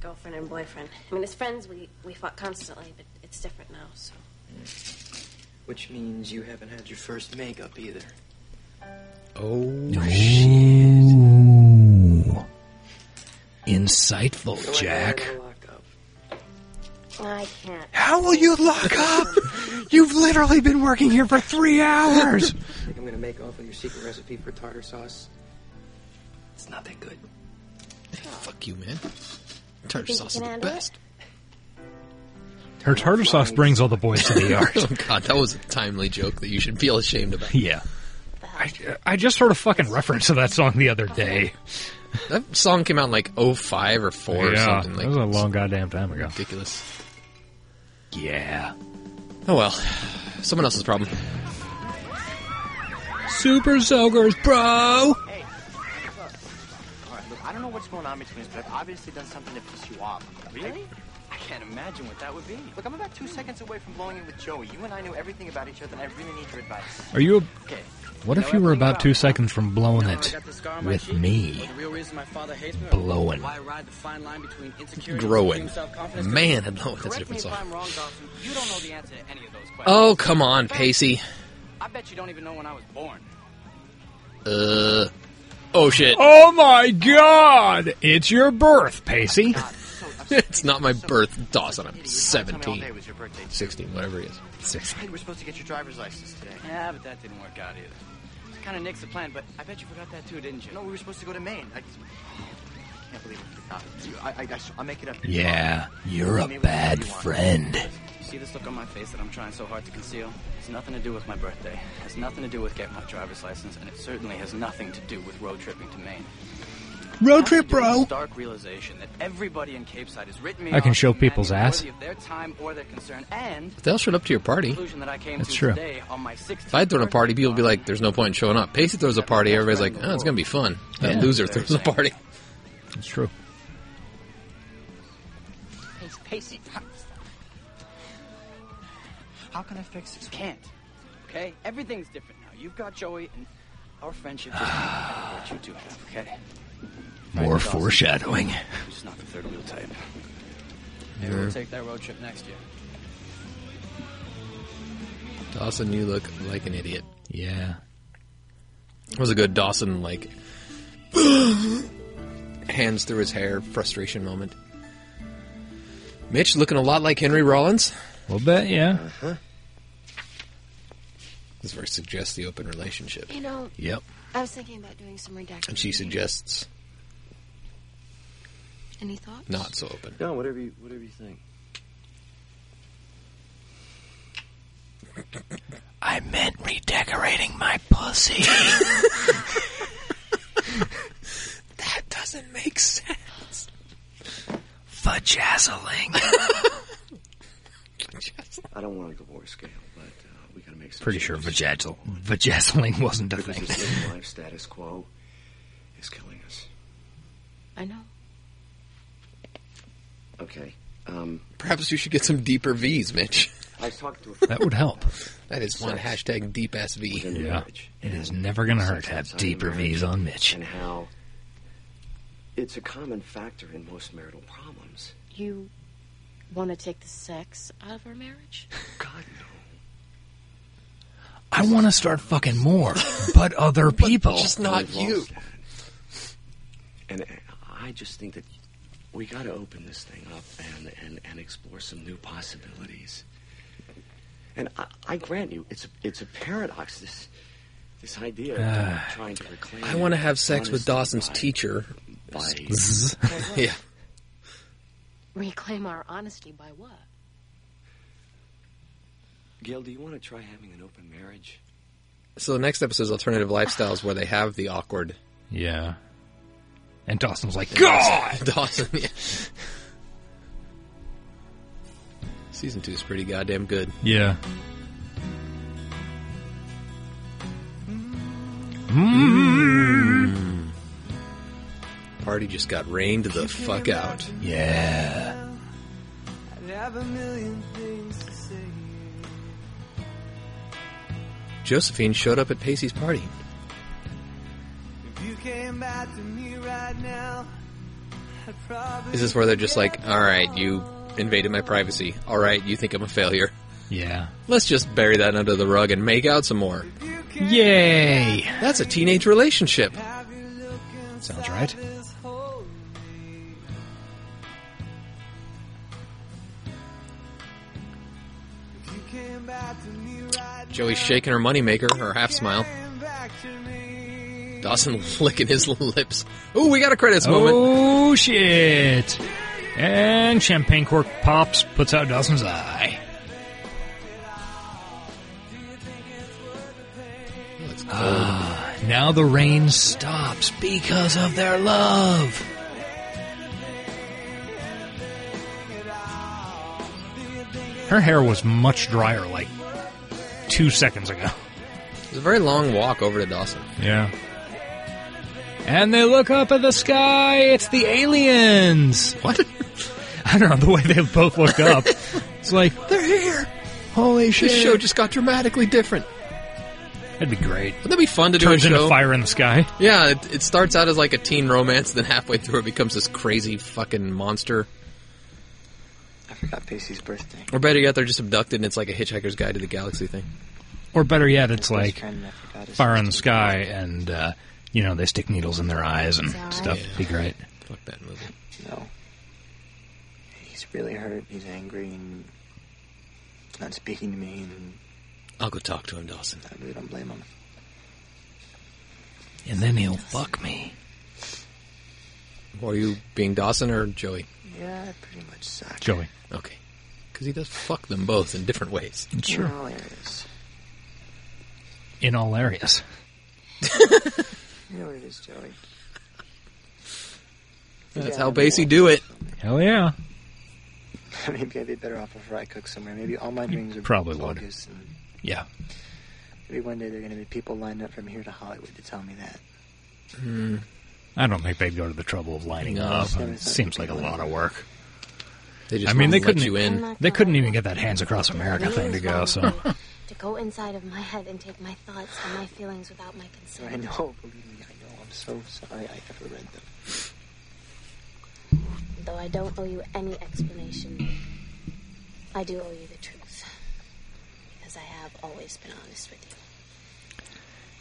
Speaker 5: girlfriend and boyfriend. I mean, as friends, we we fought constantly, but it's different now. So
Speaker 13: Which means you haven't had your first makeup either.
Speaker 3: Oh,
Speaker 2: Ooh. Insightful, Jack.
Speaker 5: I can't.
Speaker 2: How will you lock up? You've literally been working here for three hours.
Speaker 13: Think I'm gonna make off with your secret recipe for tartar sauce. It's not that good.
Speaker 3: Fuck you, man.
Speaker 5: You
Speaker 3: Tartar
Speaker 5: think
Speaker 3: sauce
Speaker 5: you
Speaker 3: is
Speaker 5: can
Speaker 3: the
Speaker 5: handle it?
Speaker 3: best.
Speaker 2: Her tartar sauce brings all the boys to the yard.
Speaker 3: oh god, that was a timely joke that you should feel ashamed about.
Speaker 2: Yeah. I, I just heard a fucking reference to that song the other day.
Speaker 3: That song came out in like 05 or 4 or
Speaker 2: yeah,
Speaker 3: something.
Speaker 2: that
Speaker 3: Like,
Speaker 2: was a long goddamn time ago.
Speaker 3: ridiculous.
Speaker 2: Yeah.
Speaker 3: Oh well. Someone else's problem. Super Sogers, bro!
Speaker 11: Hey, all right, look, I don't know what's going on between us, but I've obviously done something to piss you off. Really? I can't imagine what that would be. Look, I'm about two seconds away from blowing it with Joey. You and I know everything about each other, and I really need your advice.
Speaker 2: Are you a.
Speaker 11: Okay.
Speaker 2: What
Speaker 11: know
Speaker 2: if you were
Speaker 11: everything
Speaker 2: about two
Speaker 11: me.
Speaker 2: seconds from blowing
Speaker 11: Now I
Speaker 2: it
Speaker 11: got the scar on my
Speaker 2: with
Speaker 11: cheek.
Speaker 2: me?
Speaker 11: The real reason my father hates me or
Speaker 2: Blowing.
Speaker 11: why I ride the fine line between insecurity and
Speaker 3: Growing.
Speaker 11: extreme self-confidence.
Speaker 3: Man, I know that's a
Speaker 11: Correct
Speaker 3: different
Speaker 11: me if I'm
Speaker 3: song.
Speaker 11: wrong, Dawson. You don't know the answer to any of those questions.
Speaker 3: Oh, come on,
Speaker 11: In fact,
Speaker 3: Pacey.
Speaker 11: I bet you don't even know when I was born.
Speaker 3: Uh. Oh shit.
Speaker 2: Oh my god! It's your birth, Pacey.
Speaker 3: it's not my birth, Dawson. I'm
Speaker 11: Tell me
Speaker 3: 17.
Speaker 11: all day was your birthday.
Speaker 3: 16, whatever it is. 16.
Speaker 11: You were supposed to get your driver's license today. Yeah, but that didn't work out either. Kind of nixed the plan, but I bet you forgot that too, didn't you? No, we were supposed to go to Maine. I, I can't believe I forgot. You- I, I, I, will make it up. to you.
Speaker 2: Yeah, you're a
Speaker 11: Maybe we can
Speaker 2: bad
Speaker 11: do what you want.
Speaker 2: friend.
Speaker 11: You see this look on my face that I'm trying so hard to conceal? It's nothing to do with my birthday. It has nothing to do with getting my driver's license, and it certainly has nothing to do with road tripping to Maine.
Speaker 2: Road
Speaker 11: It has to
Speaker 2: trip,
Speaker 11: do with
Speaker 2: bro!
Speaker 11: the Stark realization that everybody in Cape Side has written me
Speaker 2: I can
Speaker 11: off
Speaker 2: show
Speaker 11: and mad
Speaker 2: people's
Speaker 11: me
Speaker 2: ass.
Speaker 11: worthy of their time or their concern, and
Speaker 3: But they all showed up to your party.
Speaker 11: conclusion that I came
Speaker 2: That's
Speaker 11: to
Speaker 2: true.
Speaker 11: today on my 16th
Speaker 3: If I throw a party, people would be like, there's no point in showing up. Pacey throws a party, everybody's like, oh, it's gonna be fun. That
Speaker 2: Yeah.
Speaker 3: loser throws a party.
Speaker 2: It's true.
Speaker 11: Pace, Pacey. How can I fix this? Can't. Okay? Everything's different now. You've got Joey, and our friendship just ain't what you two have, okay?
Speaker 2: More foreshadowing.
Speaker 11: I'm just not the third wheel type. Maybe
Speaker 3: You're-
Speaker 11: we'll take that road trip next year.
Speaker 3: Dawson, you look like an idiot.
Speaker 2: Yeah.
Speaker 3: It was a good Dawson, like, hands through his hair, frustration moment. Mitch looking a lot like Henry Rollins.
Speaker 2: Well, bet, yeah.
Speaker 3: This verse suggests the open relationship.
Speaker 5: You know,
Speaker 2: Yep.
Speaker 5: I was thinking about doing some redaction.
Speaker 3: And she suggests
Speaker 5: Any thoughts?
Speaker 3: not so open.
Speaker 10: No, whatever you whatever you think.
Speaker 2: I meant redecorating my pussy.
Speaker 3: That doesn't make sense. Vajazzling.
Speaker 10: I don't want a divorce scale, but uh, we gotta make some
Speaker 2: Pretty sure vajazzle, vajazzling wasn't a
Speaker 10: Because
Speaker 2: thing.
Speaker 10: this living life status quo is killing us.
Speaker 12: I know.
Speaker 10: Okay. Um,
Speaker 3: Perhaps you should get some deeper V's, Mitch.
Speaker 10: I was talking to a
Speaker 3: That would help. That is one hashtag deep SV.
Speaker 2: Yeah, it is never going to hurt to have deeper V's on Mitch.
Speaker 10: And how it's a common factor in most marital problems.
Speaker 12: You want to take the sex out of our marriage?
Speaker 10: God,
Speaker 2: I want to start fucking more, but other people.
Speaker 10: We've lost that. And uh, I just think that we got to open this thing up and, and, and explore some new possibilities. And I, I grant you, it's a, it's a paradox. This this idea
Speaker 3: Ah.
Speaker 10: of trying to reclaim.
Speaker 3: I want to have sex with Dawson's teacher.
Speaker 10: Zzz.
Speaker 3: yeah.
Speaker 12: Reclaim our honesty by what?
Speaker 10: Gail, do you want to try having an open marriage?
Speaker 3: So the next episode is alternative lifestyles where they have the awkward.
Speaker 2: Yeah. And Dawson's like,
Speaker 3: God, Dawson. Yeah. Season two is pretty goddamn good.
Speaker 2: Yeah.
Speaker 3: Party just got rained the fuck out.
Speaker 2: Yeah.
Speaker 1: I'd have a million things to say.
Speaker 3: Josephine showed up at Pacey's party.
Speaker 1: If you came back to me right now, I'd probably
Speaker 3: Is this where they're just like, all right, you invaded my privacy. All right, you think I'm a failure.
Speaker 2: Yeah.
Speaker 3: Let's just bury that under the rug and make out some more.
Speaker 2: Yay!
Speaker 3: That's a teenage relationship.
Speaker 2: Sounds right.
Speaker 1: If you came back to me right
Speaker 3: Joey's shaking her moneymaker, her half smile.
Speaker 1: came back to me.
Speaker 3: Dawson licking his lips. Ooh, we got a credits moment.
Speaker 2: Oh shit! And champagne cork pops, puts out Dawson's eye. Ah, now the rain stops because of their love. Her hair was much drier like two seconds ago.
Speaker 3: It's a very long walk over to Dawson.
Speaker 2: Yeah. And they look up at the sky. It's the aliens. What? I don't know the way they both look up. it's like they're here. Holy shit!
Speaker 3: This show just got dramatically different.
Speaker 2: That'd be great.
Speaker 3: Wouldn't that be fun to
Speaker 2: Turns
Speaker 3: do a show?
Speaker 2: into fire in the sky.
Speaker 3: Yeah, it, it starts out as like a teen romance, then halfway through it becomes this crazy fucking monster.
Speaker 13: I forgot Pacey's birthday.
Speaker 3: Or better yet, they're just abducted and it's like a Hitchhiker's Guide to the Galaxy thing.
Speaker 2: Or better yet, it's like
Speaker 13: friend, I forgot his
Speaker 2: fire in the sky, and uh, you know they stick needles in their eyes and stuff. It'd be great.
Speaker 3: Fuck that movie.
Speaker 13: No. He's really hurt. He's angry and not speaking to me. And
Speaker 3: I'll go talk to him, Dawson.
Speaker 13: I really don't blame him.
Speaker 2: And then he'll fuck me.
Speaker 3: Or you being Dawson or Joey?
Speaker 13: Yeah, I pretty much suck.
Speaker 2: Joey.
Speaker 3: Okay. Because he does fuck them both in different ways.
Speaker 2: Sure.
Speaker 13: In all areas.
Speaker 2: In all areas.
Speaker 13: You know what it is, Joey.
Speaker 3: That's
Speaker 13: Yeah,
Speaker 3: how
Speaker 13: I'm
Speaker 3: Basie do it.
Speaker 2: Hell yeah.
Speaker 13: Maybe I'd be better off if I cook somewhere. Maybe all my dreams are
Speaker 2: probably would.
Speaker 13: bogus. And
Speaker 2: Yeah.
Speaker 13: maybe one day there are going to be people lined up from here to Hollywood to tell me that.
Speaker 2: I don't think they'd go to the trouble of lining
Speaker 3: No.
Speaker 2: up. It seems like a lot of work.
Speaker 3: They just
Speaker 2: I mean, they
Speaker 3: won't let
Speaker 2: couldn't e-
Speaker 3: you in.
Speaker 2: They couldn't even get that Hands Across America thing to go. So
Speaker 5: To go inside of my head and take my thoughts and my feelings without my
Speaker 13: So I
Speaker 5: consent.
Speaker 13: know, Oh, believe me, I know. I'm so sorry I ever read them.
Speaker 5: Though I don't owe you any explanation, I do owe you the truth. Because I have always been honest with you.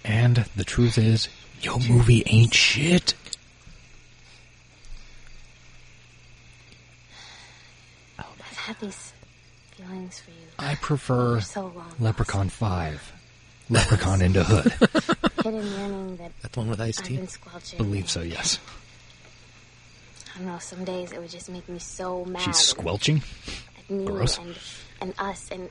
Speaker 2: And the truth is, your movie ain't shit.
Speaker 5: I've had these feelings for you.
Speaker 2: I prefer
Speaker 5: for so long.
Speaker 2: Leprechaun 5. Leprechaun into Hood.
Speaker 5: Hidden yearning that
Speaker 3: That's one with Ice
Speaker 5: I've
Speaker 3: T.
Speaker 5: been squelching.
Speaker 2: Believe so, yes.
Speaker 5: I don't know, some days it would just make me so mad.
Speaker 2: She's squelching.
Speaker 5: And,
Speaker 2: Gross.
Speaker 5: and, and us, and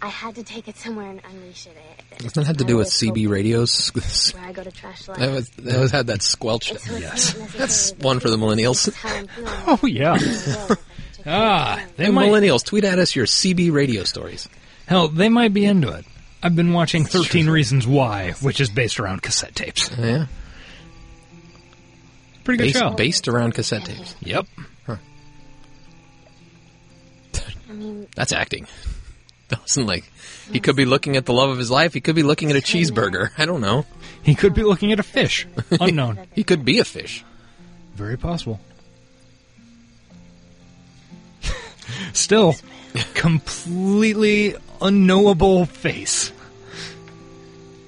Speaker 5: I had to take it somewhere and unleash it. I-
Speaker 3: Doesn't that have to do with CB radios?
Speaker 5: Where I go to trash
Speaker 3: that was that was had that squelch.
Speaker 5: It's- it's not
Speaker 3: That's one for the millennials.
Speaker 5: how I'm feeling.
Speaker 2: Oh yeah. Ah, they
Speaker 3: Hey,
Speaker 2: might.
Speaker 3: millennials, tweet at us your CB radio stories.
Speaker 2: Hell, they might be into it. I've been watching 13 Reasons Why, which is based around cassette tapes.
Speaker 3: Yeah.
Speaker 2: Pretty good
Speaker 3: based,
Speaker 2: show.
Speaker 3: Based around cassette tapes.
Speaker 2: Yep.
Speaker 5: I mean,
Speaker 3: That's acting. Dawson, like, he could be looking at the love of his life. He could be looking at a cheeseburger. I don't know.
Speaker 2: He could be looking at a fish. Unknown.
Speaker 3: he could be a fish.
Speaker 2: Very possible. Still, completely unknowable face.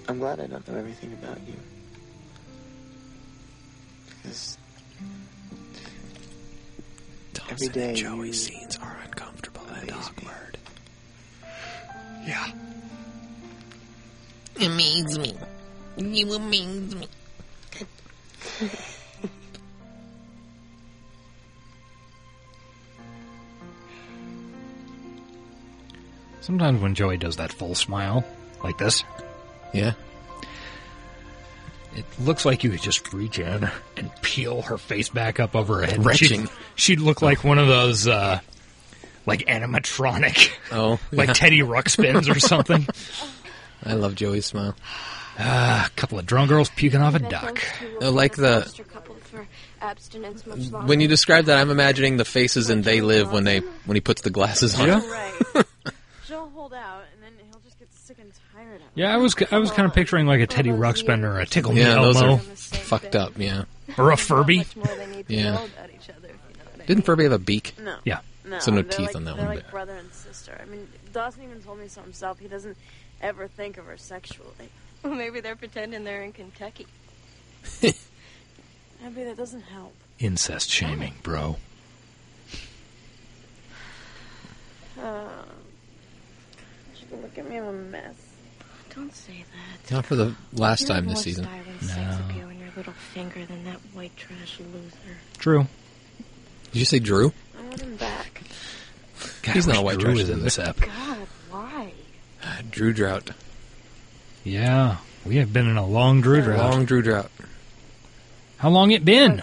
Speaker 4: I'm glad I don't know everything about you. Because every day Joey's
Speaker 3: scenes are uncomfortable and awkward. Yeah.
Speaker 16: Amaze me. You amaze me.
Speaker 2: Sometimes when Joey does that full smile, like this.
Speaker 3: Yeah.
Speaker 2: It looks like you could just reach in and peel her face back up over her head.
Speaker 3: Retching.
Speaker 2: She'd, she'd look like one of those, uh, like animatronic,
Speaker 3: Oh,
Speaker 2: like
Speaker 3: yeah.
Speaker 2: Teddy Ruxpins or something.
Speaker 3: I love Joey's smile.
Speaker 2: Ah, a couple of drunk girls puking off a duck.
Speaker 3: Uh, like the when you describe that, I'm imagining the faces in They Live when they when he puts the glasses on.
Speaker 7: Right. She'll hold out, and then he'll just get sick and tired of it.
Speaker 2: Yeah, I was I was kind of picturing like a Teddy Ruxpin or a Tickle Me
Speaker 3: yeah, those
Speaker 2: Elmo
Speaker 3: are Oh, fucked up. Yeah.
Speaker 2: or a Furby.
Speaker 7: More they need to
Speaker 3: Yeah.
Speaker 7: know about each other, if you know what I
Speaker 3: Didn't
Speaker 7: mean.
Speaker 3: Furby have a beak?
Speaker 7: No.
Speaker 2: Yeah.
Speaker 7: No.
Speaker 3: So no
Speaker 7: they're
Speaker 3: teeth
Speaker 7: like,
Speaker 3: on that
Speaker 7: they're
Speaker 3: one,
Speaker 7: like brother and sister. I mean, Dawson even told me so himself. He doesn't ever think of her sexually.
Speaker 12: Well, maybe they're pretending they're in Kentucky.
Speaker 7: I mean, that doesn't help.
Speaker 2: Incest shaming, bro.
Speaker 7: Uh, she can look at me. I'm a mess.
Speaker 12: Don't say that.
Speaker 3: Not for the last
Speaker 12: You're
Speaker 3: time
Speaker 12: more
Speaker 3: this season.
Speaker 12: styling sex appeal in your little finger than that white trash loser.
Speaker 2: True.
Speaker 3: Did you say Drew?
Speaker 12: I want him back.
Speaker 2: God,
Speaker 3: He's
Speaker 2: I
Speaker 3: not a
Speaker 2: wish
Speaker 3: white
Speaker 2: Drew
Speaker 3: trash
Speaker 2: was in this app.
Speaker 12: God, why?
Speaker 3: Drew Drought.
Speaker 2: Yeah, we have been in a long Drew drought.
Speaker 3: Long Drew Drought.
Speaker 2: How long it been?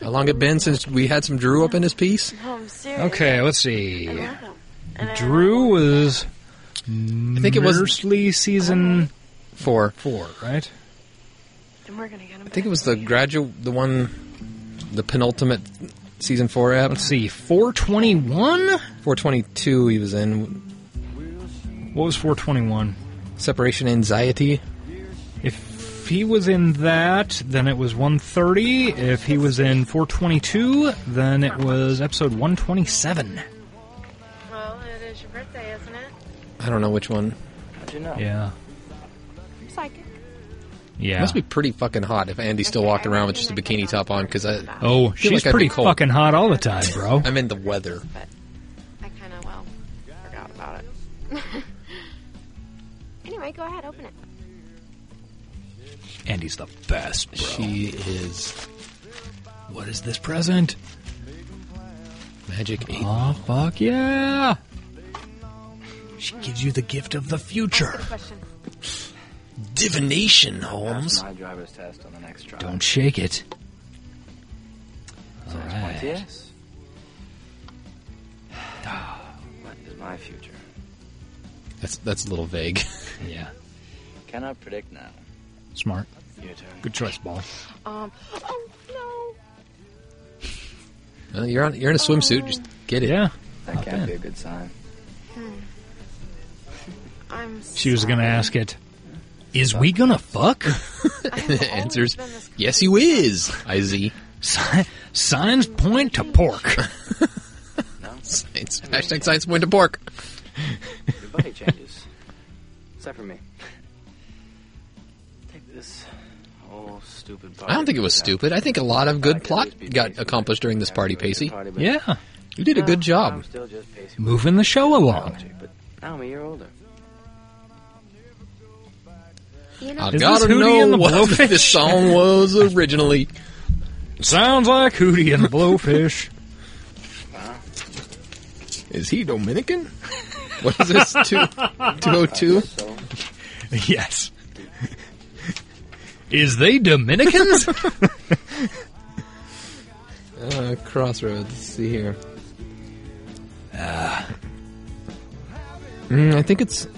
Speaker 3: How long it been since we had some Drew up in this piece?
Speaker 7: No, I'm serious.
Speaker 2: Okay, let's
Speaker 7: I
Speaker 2: see.
Speaker 7: love him. And I-
Speaker 2: Drew was. I
Speaker 3: think it was-
Speaker 2: mostly season
Speaker 3: Four.
Speaker 2: four, right?
Speaker 12: Then we're gonna get him
Speaker 3: I think it was the graduate, the one, the penultimate season four app. Let's
Speaker 2: see, 421?
Speaker 3: 422 he was in.
Speaker 2: What was 421?
Speaker 3: Separation Anxiety.
Speaker 2: If he was in that, then it was 130. If he was in 422, then it was episode 127.
Speaker 7: Well, it is your birthday, isn't it?
Speaker 3: I don't know which one.
Speaker 11: How'd you know?
Speaker 2: Yeah.
Speaker 7: I'm psychic.
Speaker 2: Yeah.
Speaker 3: Must be pretty fucking hot if Andy's still walking around with just a bikini top on because I.
Speaker 2: Oh, she's
Speaker 3: feel like I'd be
Speaker 2: pretty
Speaker 3: cold.
Speaker 2: fucking hot all the time, bro.
Speaker 3: I'm in the weather.
Speaker 6: I kind of, well, forgot about it. anyway, go ahead, open it.
Speaker 2: Andy's the best, bro.
Speaker 3: She is
Speaker 2: What is this present?
Speaker 3: magic. Eight.
Speaker 2: Oh, fuck yeah. She gives you the gift of the future.
Speaker 6: Question.
Speaker 3: Divination,
Speaker 11: Pass
Speaker 3: Holmes.
Speaker 11: my driver's test on the next try.
Speaker 2: Don't shake it. All
Speaker 11: Six points,
Speaker 2: right.
Speaker 11: yes. what is my future?
Speaker 3: That's that's a little vague.
Speaker 2: Yeah.
Speaker 11: Cannot predict now.
Speaker 2: Smart.
Speaker 11: Your turn.
Speaker 2: Good choice, ball.
Speaker 6: Um, oh
Speaker 3: Well, Uh, you're on. You're in a swimsuit. Just get it.
Speaker 2: Yeah.
Speaker 11: That can't be a good sign.
Speaker 6: no. I'm
Speaker 2: She was going to ask it. Is we gonna fuck?
Speaker 3: and it answers, yes, you is. I Z.
Speaker 2: Si- Signs point to pork.
Speaker 3: Science. Hashtag science point to pork.
Speaker 11: Your body changes. Except for me. Take this whole stupid
Speaker 3: I don't think it was stupid. I think a lot of good plot got accomplished during this party, Pacey.
Speaker 2: Yeah.
Speaker 3: You did a good
Speaker 11: I'm
Speaker 3: job.
Speaker 11: still just pacing.
Speaker 2: Moving the show along.
Speaker 11: But now I'm a year older.
Speaker 6: You
Speaker 3: I
Speaker 2: Is
Speaker 3: gotta
Speaker 2: this Hootie
Speaker 3: know
Speaker 2: and the
Speaker 3: what
Speaker 2: Blowfish?
Speaker 3: this song was originally.
Speaker 2: Sounds like Hootie and the Blowfish.
Speaker 3: Is he Dominican? What is this? Two, 202?
Speaker 2: yes. Is they Dominicans?
Speaker 3: Uh, crossroads. Let's see here. Mm, I think it's.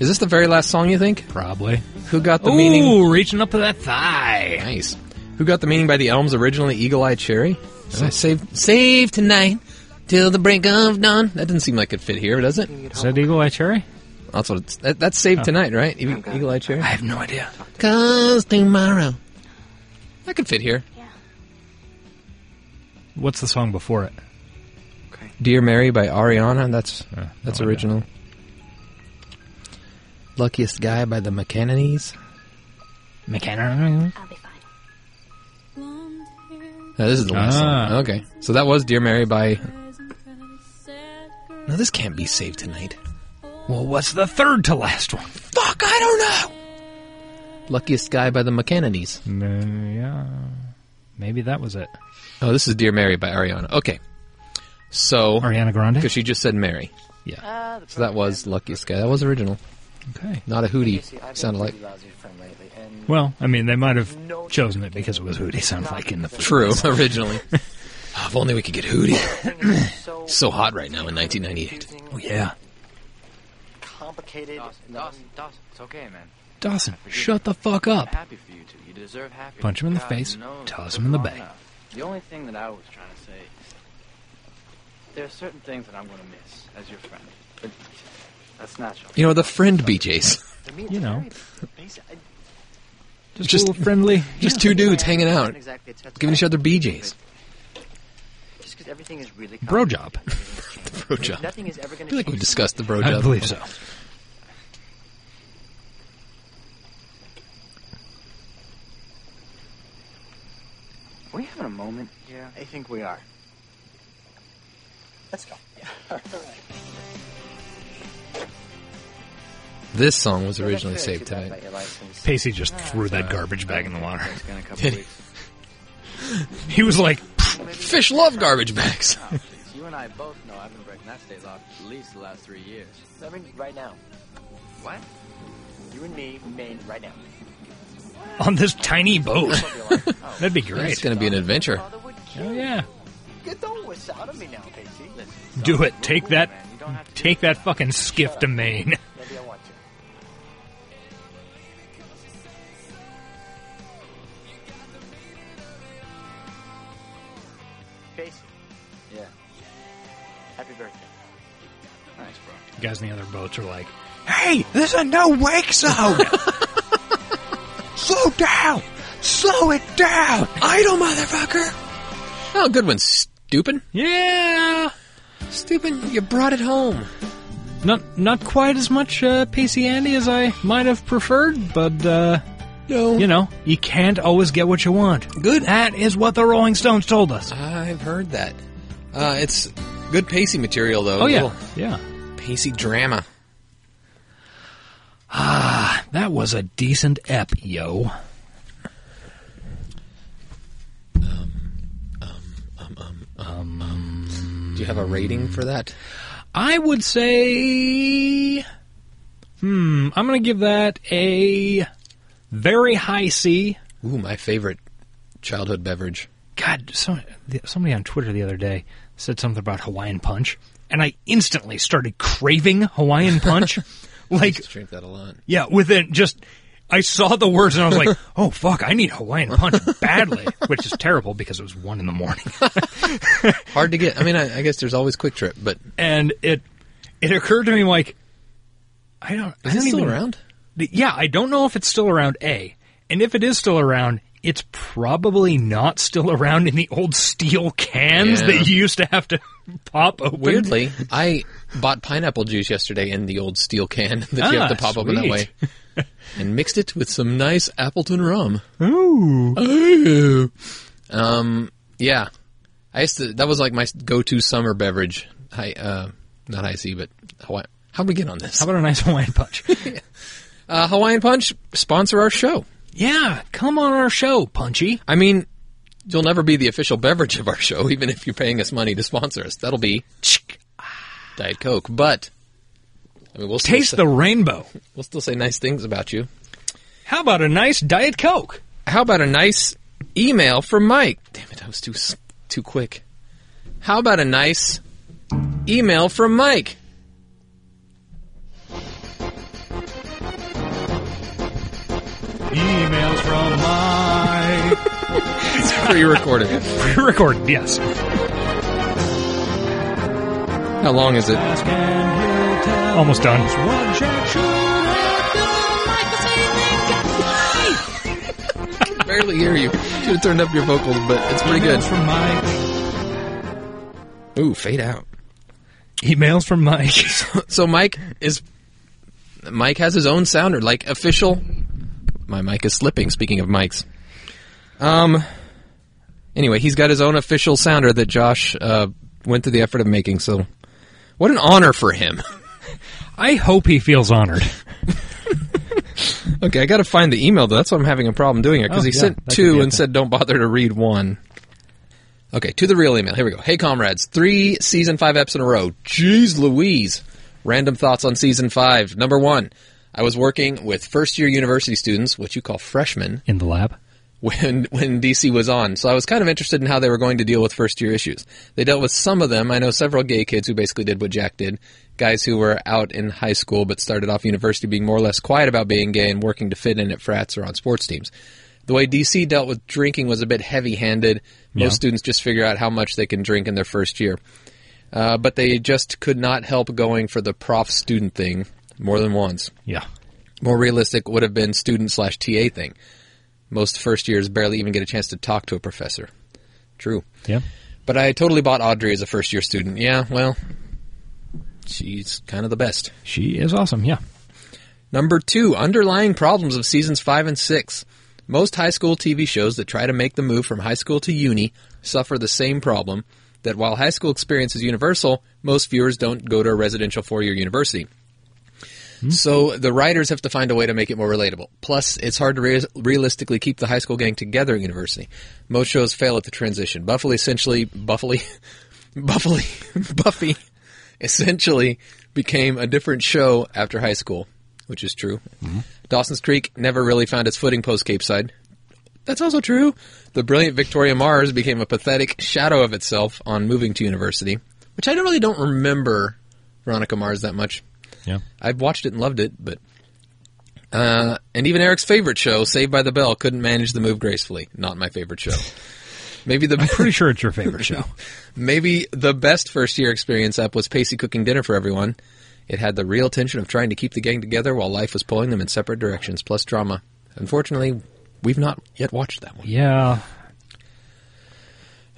Speaker 3: Is this the very last song you think? Probably. Who got the
Speaker 2: Ooh,
Speaker 3: meaning?
Speaker 2: reaching up to that thigh.
Speaker 3: Nice. Who got the meaning by the Elms originally? Eagle Eye Cherry. So Save, save tonight till the break of dawn. That doesn't seem like it fit here, does it?
Speaker 2: Is that Eagle Eye Cherry?
Speaker 3: That's what it's. That, that's Save
Speaker 2: Oh.
Speaker 3: Tonight, right? Eagle, Eagle Eye Cherry. I have
Speaker 2: no idea.
Speaker 3: Cause tomorrow. That could fit here.
Speaker 2: What's the song before it?
Speaker 3: Dear Mary by Ariana. That's that's original. Luckiest Guy by the McCannanese.
Speaker 2: McCann.
Speaker 3: No, this is the last
Speaker 2: Ah.
Speaker 3: song. Okay. So that was Dear Mary by. No, this can't be Saved Tonight.
Speaker 2: Well, what's the third to last one?
Speaker 3: Fuck, I don't know! Luckiest Guy by the McCannanese.
Speaker 2: Uh, yeah. Maybe that was it.
Speaker 3: Oh, this is Dear Mary by Ariana. Okay. So.
Speaker 2: Ariana Grande?
Speaker 3: Because she just said Mary. Yeah. so that was Luckiest Guy. That was original.
Speaker 2: Okay.
Speaker 3: Not a hootie.
Speaker 14: Casey, I've been
Speaker 3: Sounded like.
Speaker 14: pretty lousy friend lately, and
Speaker 2: Well, I mean, they might have chosen it because it was Hootie sounds like in the first
Speaker 3: True,
Speaker 2: place.
Speaker 3: originally. Oh, if only we could get Hootie. so hot right now in 1998.
Speaker 2: Oh, yeah.
Speaker 14: complicated. Dawson, Dawson, Dawson, it's okay, man.
Speaker 2: Dawson, shut the fuck up.
Speaker 11: I'm happy for you two. You deserve happiness.
Speaker 2: Punch him in the
Speaker 11: God
Speaker 2: face,
Speaker 11: knows
Speaker 2: toss
Speaker 11: it
Speaker 2: him in the
Speaker 11: took long
Speaker 2: back.
Speaker 11: enough. The only thing that I was trying to say is there are certain things that I'm going to miss as your friend. But that's natural.
Speaker 3: You know, the friend BJs.
Speaker 2: You know. Just,
Speaker 3: Just-
Speaker 2: a little friendly.
Speaker 3: Just two dudes hanging out,
Speaker 14: Exactly, it's-
Speaker 3: giving each other BJs.
Speaker 14: Just because everything is really
Speaker 3: Bro
Speaker 14: complicated,
Speaker 3: job.
Speaker 14: everything is
Speaker 3: Bro
Speaker 14: changing.
Speaker 3: job.
Speaker 14: Nothing is ever going
Speaker 3: I
Speaker 14: to
Speaker 3: feel like we
Speaker 14: change.
Speaker 3: discussed the bro
Speaker 2: I
Speaker 3: job.
Speaker 2: believe so.
Speaker 11: Are we having a moment? Yeah.
Speaker 14: I think we are. Let's go.
Speaker 3: This song was originally saved tonight.
Speaker 2: Pacey just threw that garbage bag in the water.
Speaker 3: Did he?
Speaker 2: He was like,
Speaker 3: Fish love garbage bags.
Speaker 11: you and I both know I've been breaking that state law for at least the last three years.
Speaker 14: I mean, right now.
Speaker 11: What?
Speaker 14: You and me, Maine, right now.
Speaker 2: on this tiny boat. That'd be great.
Speaker 3: It's going to be an adventure.
Speaker 2: Oh, yeah.
Speaker 14: Get the wuss out of me now, Casey.
Speaker 2: Do it. Take that. Take that fucking skiff to Maine.
Speaker 14: Maybe I want to. Casey,
Speaker 11: Yeah.
Speaker 14: happy birthday.
Speaker 11: Thanks, bro.
Speaker 2: The guys in the other boats are like, "Hey, this is no wake zone.
Speaker 3: Slow down. Slow it down. Idle, motherfucker. Oh, good one, stupid.
Speaker 2: yeah,
Speaker 3: Stupid, you brought it home.
Speaker 2: not not quite as much uh, Pacey Andy as I might have preferred, but uh,
Speaker 3: No.
Speaker 2: you know, you can't always get what you want.
Speaker 3: Good.
Speaker 2: That is what the Rolling Stones told us.
Speaker 3: I've heard that. Uh, it's good Pacey material, though.
Speaker 2: Oh
Speaker 3: A
Speaker 2: yeah,
Speaker 3: little
Speaker 2: yeah.
Speaker 3: Pacey drama.
Speaker 2: Ah, that was a decent ep, yo.
Speaker 3: Do you have a rating for that?
Speaker 2: I would say, hmm, I'm gonna give that a very high C.
Speaker 3: Ooh, my favorite childhood beverage.
Speaker 2: God, so, the- somebody on Twitter the other day said something about Hawaiian Punch, and I instantly started craving Hawaiian Punch.
Speaker 3: I
Speaker 2: like,
Speaker 3: used to drink that a lot.
Speaker 2: yeah, within just, I saw the words and I was like, oh fuck, I need Hawaiian Punch badly, which is terrible because it was one in the morning.
Speaker 3: Hard to get. I mean, I, I guess there's always Quick Trip, but
Speaker 2: And it, it occurred to me like, I don't, I
Speaker 3: is it
Speaker 2: don't
Speaker 3: still
Speaker 2: even,
Speaker 3: around?
Speaker 2: Yeah, I don't know if it's still around, A. And if it is still around, it's probably not still around in the old steel cans
Speaker 3: Yeah.
Speaker 2: that you used to have to pop open.
Speaker 3: Weirdly, I bought pineapple juice yesterday in the old steel can that you have
Speaker 2: Ah,
Speaker 3: to pop open that way,
Speaker 2: sweet.
Speaker 3: and mixed it with some nice Appleton rum.
Speaker 2: Ooh.
Speaker 3: Ooh. Um, yeah, I used to. That was like my go-to summer beverage. Hi, uh, not high C, but Hawaii. How we get on this?
Speaker 2: How about a nice Hawaiian punch?
Speaker 3: Uh, Hawaiian Punch sponsor our show.
Speaker 2: yeah, come on our show, Punchy.
Speaker 3: I mean, you'll never be the official beverage of our show, even if you're paying us money to sponsor us. That'll be Diet Coke, but I mean, we'll still
Speaker 2: Taste
Speaker 3: say-
Speaker 2: the rainbow.
Speaker 3: we'll still say nice things about you.
Speaker 2: How about a nice Diet Coke?
Speaker 3: How about a nice email from Mike? Damn it, I was too s- too quick. How about a nice email from Mike?
Speaker 2: Emails from Mike.
Speaker 3: It's pre-recorded.
Speaker 2: pre-recorded, yes.
Speaker 3: How long is it?
Speaker 2: Almost done.
Speaker 3: Barely hear you. Should have turned up your vocals, but it's pretty good.
Speaker 2: Emails from Mike.
Speaker 3: Ooh, fade out.
Speaker 2: Emails from Mike.
Speaker 3: so Mike is Mike has his own sounder, like official. My mic is slipping. Speaking of mics, um, anyway, he's got his own official sounder that Josh uh, went through the effort of making. So, what an honor for him.
Speaker 2: I hope he feels honored.
Speaker 3: okay, I got to find the email though. That's why I'm having a problem doing it because
Speaker 2: Oh,
Speaker 3: he
Speaker 2: yeah,
Speaker 3: sent
Speaker 2: that could be
Speaker 3: two
Speaker 2: it
Speaker 3: and said don't bother to read one. Okay, to the real email. Here we go. Hey comrades, three season five eps in a row. Jeez Louise. Random thoughts on season five. Number one, I was working with first year university students, what you call freshmen,
Speaker 2: in the lab.
Speaker 3: when when DC was on. So I was kind of interested in how they were going to deal with first year issues. They dealt with some of them. I know several gay kids who basically did what Jack did, guys who were out in high school but started off university being more or less quiet about being gay and working to fit in at frats or on sports teams. The way DC dealt with drinking was a bit heavy handed. Most
Speaker 2: Yeah.
Speaker 3: students just figure out how much they can drink in their first year. Uh, but they just could not help going for the prof student thing more than once.
Speaker 2: Yeah.
Speaker 3: More realistic would have been student slash TA thing. Most first years barely even get a chance to talk to a professor. True.
Speaker 2: Yeah.
Speaker 3: But I totally bought Audrey as a first year student. Yeah, well, she's kind of the best.
Speaker 2: She is awesome, yeah.
Speaker 3: Number two, underlying problems of seasons five and six. Most high school TV shows that try to make the move from high school to uni suffer the same problem that while high school experience is universal, most viewers don't go to a residential four year university. So the writers have to find a way to make it more relatable. Plus, it's hard to rea- realistically keep the high school gang together at university. Most shows fail at the transition. Buffalo essentially, Buffalo, Buffalo, Buffy essentially became a different show after high school, which is true. Dawson's Creek never really found its footing post Cape Side. That's also true. The brilliant Victoria Mars became a pathetic shadow of itself on moving to university, which I don't really don't remember Veronica Mars that much.
Speaker 2: Yeah.
Speaker 3: I've watched it and loved it, but uh, and even Eric's favorite show, Saved by the Bell, couldn't manage the move gracefully. Not my favorite show. Maybe the
Speaker 2: I'm pretty sure it's your favorite show.
Speaker 3: Maybe the best first year experience up was Pacey cooking dinner for everyone. It had the real tension of trying to keep the gang together while life was pulling them in separate directions, plus drama. Unfortunately, we've not yet watched that one.
Speaker 2: Yeah.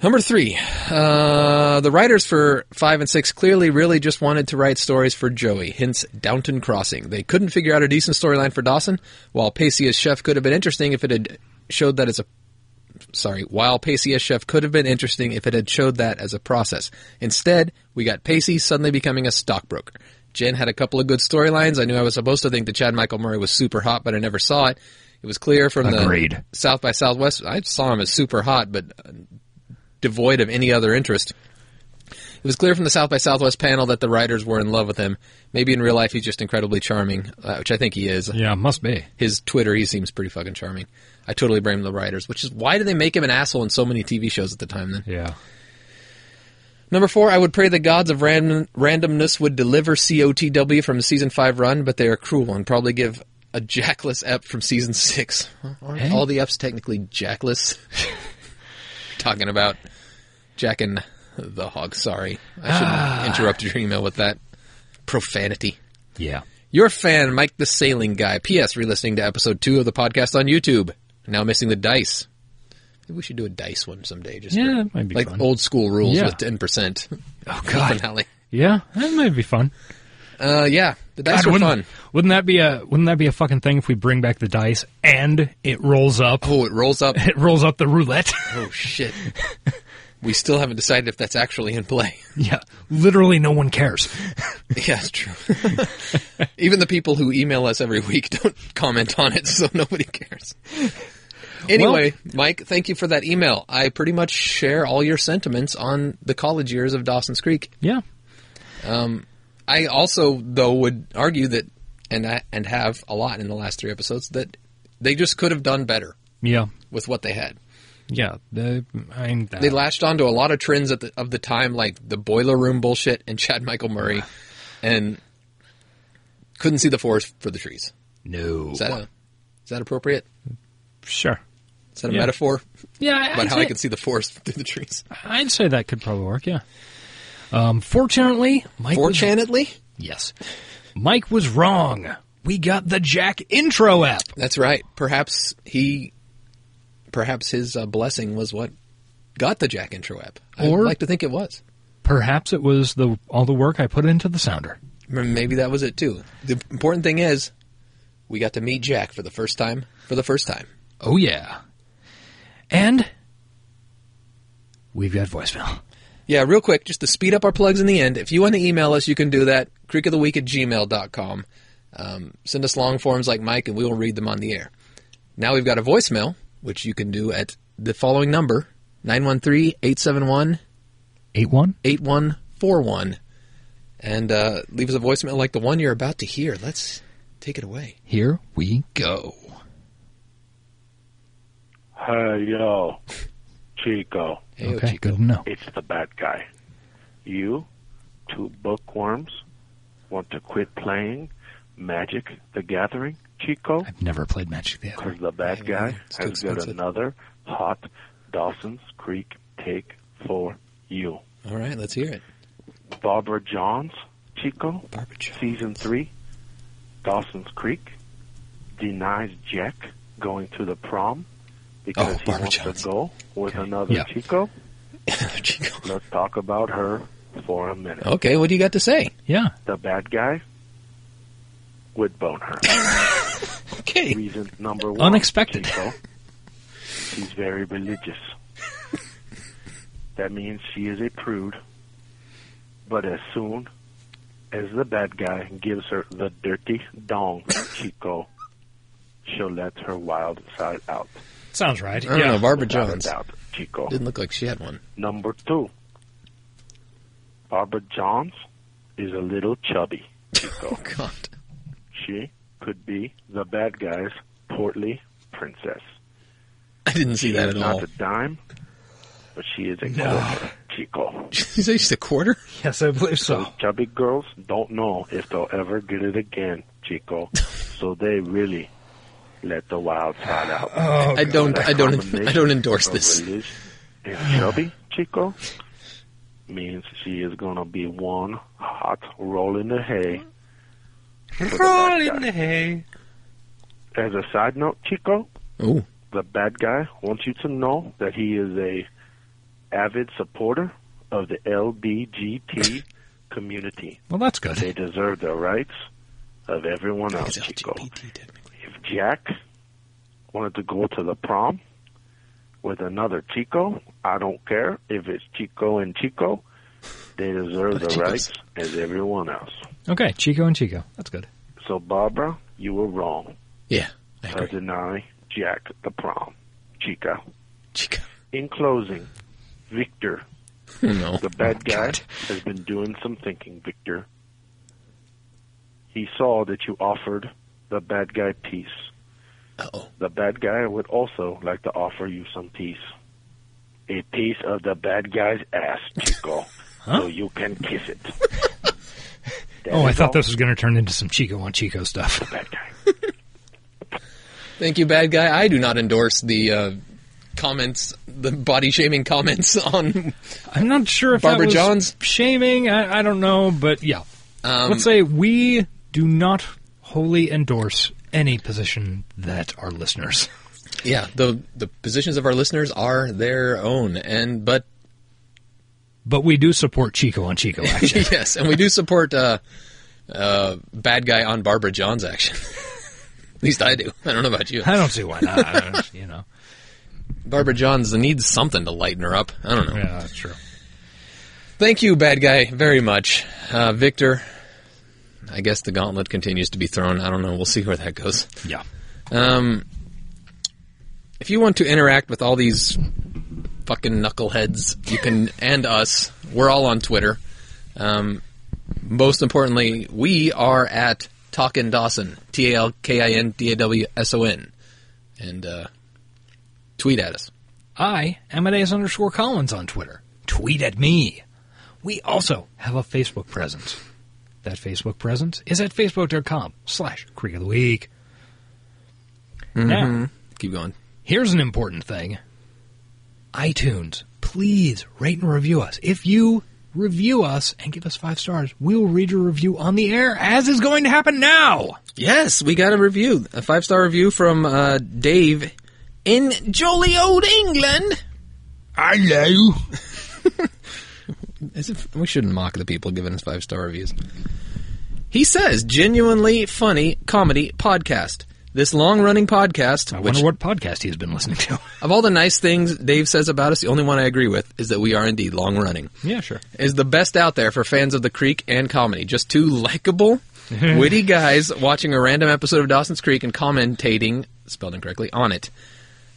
Speaker 3: Number three, uh, the writers for five and six clearly really just wanted to write stories for Joey, hence Downton Crossing. They couldn't figure out a decent storyline for Dawson, while Pacey as Chef could have been interesting if it had showed that as a sorry, while Pacey as Chef could have been interesting if it had showed that as a process. Instead, we got Pacey suddenly becoming a stockbroker. Jen had a couple of good storylines. I knew I was supposed to think that Chad Michael Murray was super hot, but I never saw it. It was clear from
Speaker 2: Agreed.
Speaker 3: the South by Southwest. I saw him as super hot, but uh, devoid of any other interest. It was clear from the South by Southwest panel that the writers were in love with him. Maybe in real life he's just incredibly charming, uh, which I think he is.
Speaker 2: Yeah, must be.
Speaker 3: His Twitter, he seems pretty fucking charming. I totally blame the writers, which is why did they make him an asshole in so many TV shows at the time then?
Speaker 2: Yeah.
Speaker 3: Number four, I would pray the gods of random, randomness would deliver COTW from the season five run, but they are cruel and probably give a jackless ep from season six. Aren't
Speaker 2: Hey.
Speaker 3: all the eps technically jackless? Talking about Jack and the Hog. Sorry, I shouldn't
Speaker 2: Ah.
Speaker 3: have interrupt your email with that profanity.
Speaker 2: Yeah.
Speaker 3: Your fan, Mike the Sailing Guy. P.S. Re-listening to episode two of the podcast on YouTube. Now missing the dice. Maybe we should do a dice one someday. Just
Speaker 2: Yeah,
Speaker 3: for-
Speaker 2: that might be
Speaker 3: like
Speaker 2: fun.
Speaker 3: old school rules
Speaker 2: Yeah.
Speaker 3: with ten percent. Oh
Speaker 2: God.
Speaker 3: finale.
Speaker 2: Yeah, that might be fun.
Speaker 3: Uh, yeah, the
Speaker 2: God,
Speaker 3: dice were
Speaker 2: wouldn't,
Speaker 3: fun.
Speaker 2: Wouldn't that be a wouldn't that be a fucking thing if we bring back the dice and it rolls up?
Speaker 3: Oh, it rolls up.
Speaker 2: It rolls up the roulette.
Speaker 3: oh shit. We still haven't decided if that's actually in play.
Speaker 2: yeah, literally no one cares.
Speaker 3: Yeah, it's true. Even the people who email us every week don't comment on it, so nobody cares. Anyway, Mike, thank you for that email. I pretty much share all your sentiments on the college years of Dawson's Creek.
Speaker 2: Yeah.
Speaker 3: Um, I also, though, would argue that, and I, and have a lot in the last three episodes, that they just could have done better
Speaker 2: Yeah.
Speaker 3: with what they had.
Speaker 2: Yeah, the, I mean, that-
Speaker 3: They latched onto a lot of trends at the, of the time, like the boiler room bullshit and Chad Michael Murray, and couldn't see the forest for the trees.
Speaker 2: No.
Speaker 3: Is that, a, is that appropriate?
Speaker 2: sure.
Speaker 3: Is that a
Speaker 2: Yeah.
Speaker 3: metaphor?
Speaker 2: Yeah, I-
Speaker 3: About
Speaker 2: I'd
Speaker 3: how
Speaker 2: say-
Speaker 3: I could see the forest through the trees.
Speaker 2: I'd say that could probably work. Yeah. Um, fortunately, Mike.
Speaker 3: Fortunately,
Speaker 2: yes, Mike was wrong. We got the Jack intro app.
Speaker 3: That's right. Perhaps he, perhaps his uh, blessing was what got the Jack intro app. I'd
Speaker 2: Or-
Speaker 3: like to think it was.
Speaker 2: Perhaps it was the all the work I put into the sounder.
Speaker 3: M- Maybe that was it too. The important thing is, we got to meet Jack for the first time. For the first time.
Speaker 2: Oh yeah, and we've got voicemail.
Speaker 3: Yeah, real quick, just to speed up our plugs in the end, if you want to email us, you can do that. Creekoftheweek at gmail.com. Um, send us long forms like Mike, and we will read them on the air. Now we've got a voicemail, which you can do at the following number 913 871
Speaker 2: 81
Speaker 3: 8141. And uh, leave us a voicemail like the one you're about to hear. Let's take it away.
Speaker 2: Here we go.
Speaker 17: Hey, yo, Chico.
Speaker 2: okay, good to know.
Speaker 17: It's the bad guy. You, two bookworms, want to quit playing Magic the Gathering, Chico?
Speaker 2: Never played Magic the Gathering.
Speaker 17: Because the bad guy has got another hot Dawson's Creek take for you.
Speaker 3: All right, let's hear it.
Speaker 17: Barbara Johns, Chico, Barbara Johns. season three, Dawson's Creek, denies Jack going to the prom because he wants to go with another
Speaker 3: Yeah.
Speaker 17: Chico. Let's talk about her for a minute.
Speaker 3: Okay, what do you got to say?
Speaker 2: Yeah.
Speaker 17: The bad guy would bone her.
Speaker 3: okay.
Speaker 17: Reason number one.
Speaker 2: Unexpected.
Speaker 17: Chico, she's very religious. that means she is a prude. But as soon as the bad guy gives her the dirty dong, Chico, she'll let her wild side out.
Speaker 2: Sounds right.
Speaker 3: I don't know, Barbara
Speaker 17: Without a
Speaker 3: Johns.
Speaker 17: doubt, Chico.
Speaker 3: Didn't look like she had one.
Speaker 17: Number two, Barbara Johns is a little chubby. Chico.
Speaker 3: Oh, God.
Speaker 17: She could be the bad guy's portly princess.
Speaker 3: I didn't see
Speaker 17: she
Speaker 3: that
Speaker 17: is
Speaker 3: at
Speaker 17: not
Speaker 3: all.
Speaker 17: a dime, but she is a quarter, Chico.
Speaker 3: Is that just a quarter?
Speaker 2: Yes, I believe so.
Speaker 17: Those chubby girls don't know if they'll ever get it again, Chico. so they really let the wild side out.
Speaker 3: Oh, I don't-
Speaker 17: That
Speaker 3: I don't-
Speaker 17: combination
Speaker 3: I don't endorse
Speaker 17: of
Speaker 3: this.
Speaker 17: religion And chubby Chico means she is gonna be one hot roll in the hay. for the bad guy.
Speaker 2: the hay.
Speaker 17: As a side note, Chico,
Speaker 3: Ooh.
Speaker 17: the bad guy wants you to know that he is a avid supporter of the LBGT community.
Speaker 2: Well, that's good.
Speaker 17: They deserve the rights of everyone else, Chico. If Jack wanted to go to the prom with another Chico, I don't care if it's Chico and Chico. They deserve the rights as everyone else.
Speaker 2: Okay, Chico and Chico. That's good.
Speaker 17: So, Barbara, you were wrong.
Speaker 3: Yeah.
Speaker 17: I deny Jack the prom. Chica. Chica. In closing, Victor.
Speaker 3: No.
Speaker 2: Oh
Speaker 17: The bad guy has been doing some thinking, Victor. He saw that you offered the bad guy peace.
Speaker 3: Uh-oh.
Speaker 17: The bad guy would also like to offer you some peace. A piece of the bad guy's ass, Chico. So you can kiss it. That
Speaker 2: oh, I
Speaker 17: is
Speaker 2: thought
Speaker 17: all.
Speaker 2: this was going to turn into some Chico on Chico stuff.
Speaker 3: Thank you, bad guy. I do not endorse the uh, comments, the body shaming comments on.
Speaker 2: I'm not sure if that
Speaker 3: Barbara
Speaker 2: was
Speaker 3: Johns?
Speaker 2: shaming. I, I don't know, but yeah.
Speaker 3: Um,
Speaker 2: Let's say we do not wholly endorse any position that our listeners.
Speaker 3: Yeah, the the positions of our listeners are their own, and but
Speaker 2: But we do support Chico on Chico action.
Speaker 3: yes, and we do support uh, uh, bad guy on Barbara John's action. At least I do. I don't know about you.
Speaker 2: I don't see why not. you know.
Speaker 3: Barbara Johns needs something to lighten her up. I don't know.
Speaker 2: Yeah, that's true.
Speaker 3: Thank you, bad guy, very much, uh, Victor. I guess the gauntlet continues to be thrown. I don't know. We'll see where that goes.
Speaker 2: Yeah.
Speaker 3: Um, if you want to interact with all these fucking knuckleheads, you can and us. We're all on Twitter. Um, most importantly, we are at Talkin Dawson. T A L K I N D A W S O N, and uh, tweet at us.
Speaker 2: I, Amadeus underscore Collins on Twitter. Tweet at me. We also have a Facebook presence. That Facebook presence is at facebook.com slash Creek of the Week. Now,
Speaker 3: Keep going.
Speaker 2: Here's an important thing iTunes. Please rate and review us. If you review us and give us five stars, we'll read your review on the air, as is going to happen now.
Speaker 3: Yes, we got a review, a five star review from uh, Dave in jolly old England. Hello. As if we shouldn't mock the people giving us five star reviews. He says, genuinely funny comedy podcast. This long running podcast. I
Speaker 2: wonder what podcast he has been listening to.
Speaker 3: Of all the nice things Dave says about us, the only one I agree with is that we are indeed long running.
Speaker 2: Yeah, sure.
Speaker 3: Is the best out there for fans of The Creek and comedy. Just two likable, witty guys watching a random episode of Dawson's Creek and commentating, spelled incorrectly, on it.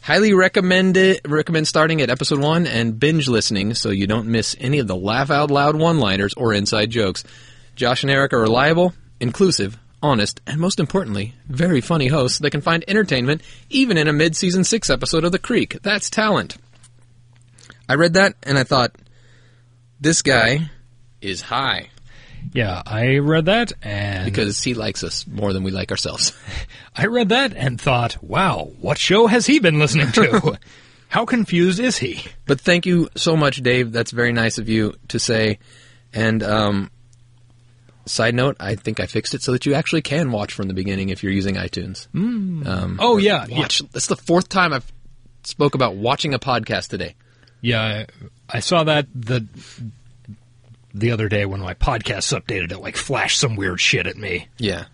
Speaker 3: Highly recommend it, recommend starting at episode one and binge listening so you don't miss any of the laugh out loud one liners or inside jokes. Josh and Eric are reliable, inclusive, honest, and most importantly, very funny hosts that can find entertainment even in a mid season six episode of The Creek. That's talent. I read that and I thought, this guy is high.
Speaker 2: Yeah, I read that and.
Speaker 3: Because he likes us more than we like ourselves.
Speaker 2: I read that and thought, wow, what show has he been listening to? How confused is he?
Speaker 3: But thank you so much, Dave. That's very nice of you to say. And um, side note, I think I fixed it so that you actually can watch from the beginning if you're using iTunes.
Speaker 2: Mm.
Speaker 3: Um,
Speaker 2: Oh,
Speaker 3: or
Speaker 2: yeah, yeah.
Speaker 3: watch. That's the fourth time I've spoke about watching a podcast today.
Speaker 2: Yeah, I, I saw that the the other day when my podcast updated. It like flashed some weird shit at me.
Speaker 3: Yeah.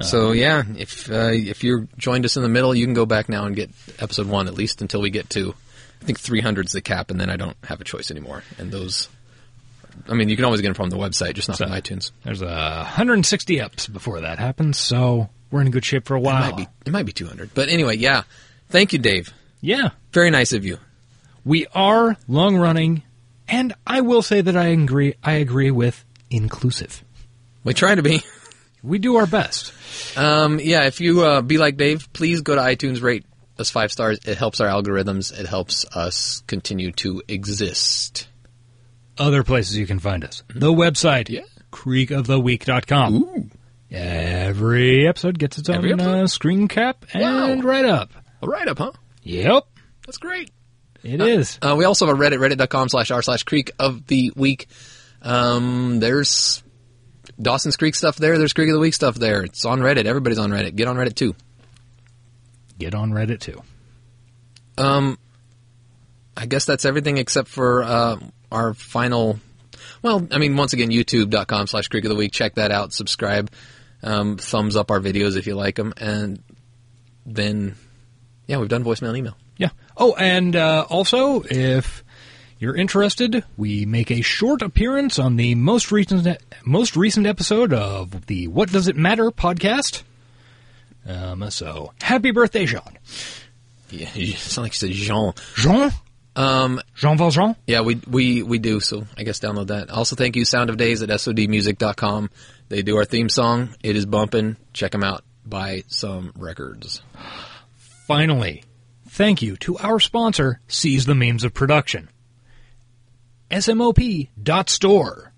Speaker 3: So yeah, if uh, if you're joined us in the middle, you can go back now and get episode one at least until we get to, I think 300's the cap, and then I don't have a choice anymore. And those, I mean, you can always get them from the website, just not from iTunes.
Speaker 2: There's a 160 ups before that happens, so we're in good shape for a while.
Speaker 3: It might be it might be 200, but anyway, yeah. Thank you, Dave.
Speaker 2: Yeah,
Speaker 3: very nice of you.
Speaker 2: We are long running, and I will say that I agree. I agree with inclusive.
Speaker 3: We try to be.
Speaker 2: We do our best.
Speaker 3: Um, yeah, if you uh, be like Dave, please go to iTunes, rate us five stars. It helps our algorithms. It helps us continue to exist.
Speaker 2: Other places you can find us. The website, yeah. creekoftheweek.com. Ooh. Every episode gets its
Speaker 3: Every
Speaker 2: own uh, screen cap and write up.
Speaker 3: A write up, huh?
Speaker 2: Yep,
Speaker 3: That's great.
Speaker 2: it is.
Speaker 3: Uh, we also have a Reddit, reddit.com slash r slash creek of the week. Um, there's Dawson's Creek stuff there. There's Creek of the Week stuff there. It's on Reddit. Everybody's on Reddit. Get on Reddit too.
Speaker 2: Get on Reddit too.
Speaker 3: Um, I guess that's everything except for uh, our final. Well, I mean, once again, youtube.com slash creek of the week. Check that out. Subscribe. Um, thumbs up our videos if you like them. And then, yeah, we've done voicemail and email.
Speaker 2: Yeah. Oh, and uh, also, if you're interested, we make a short appearance on the most recent most recent episode of the What Does It Matter podcast. Um, so happy birthday, Jean.
Speaker 3: Yeah, you sound like you said Jean.
Speaker 2: Jean.
Speaker 3: Um,
Speaker 2: Jean Valjean.
Speaker 3: Yeah, we, we, we do. So I guess download that. Also, thank you, Sound of Days at SODmusic.com. They do our theme song. It is bumping. Check them out. Buy some records.
Speaker 2: Finally, thank you to our sponsor, Seize the Means of Production. SMOP.store.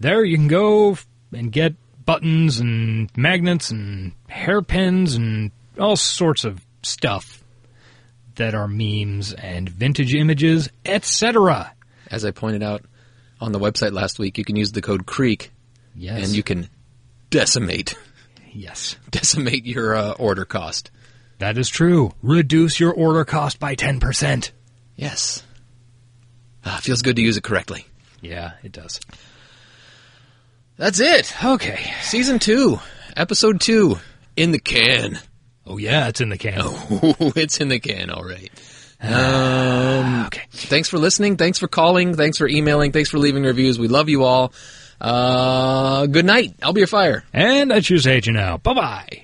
Speaker 2: There you can go f- and get buttons and magnets and hairpins and all sorts of stuff that are memes and vintage images, etc.
Speaker 3: As I pointed out on the website last week, you can use the code CREEK
Speaker 2: Yes.
Speaker 3: and you can decimate
Speaker 2: yes.
Speaker 3: decimate your uh, order cost.
Speaker 2: That is true. Reduce your order cost by 10%.
Speaker 3: Yes. Ah, feels good to use it correctly.
Speaker 2: Yeah, it does.
Speaker 3: That's it.
Speaker 2: Okay.
Speaker 3: Season two, episode two, in the can.
Speaker 2: Oh yeah, it's in the can.
Speaker 3: Oh, it's in the can. All right. Um, okay. Thanks for listening. Thanks for calling. Thanks for emailing. Thanks for leaving reviews. We love you all. Uh, good night. I'll be your fire.
Speaker 2: And I choose Agent now. Bye-bye.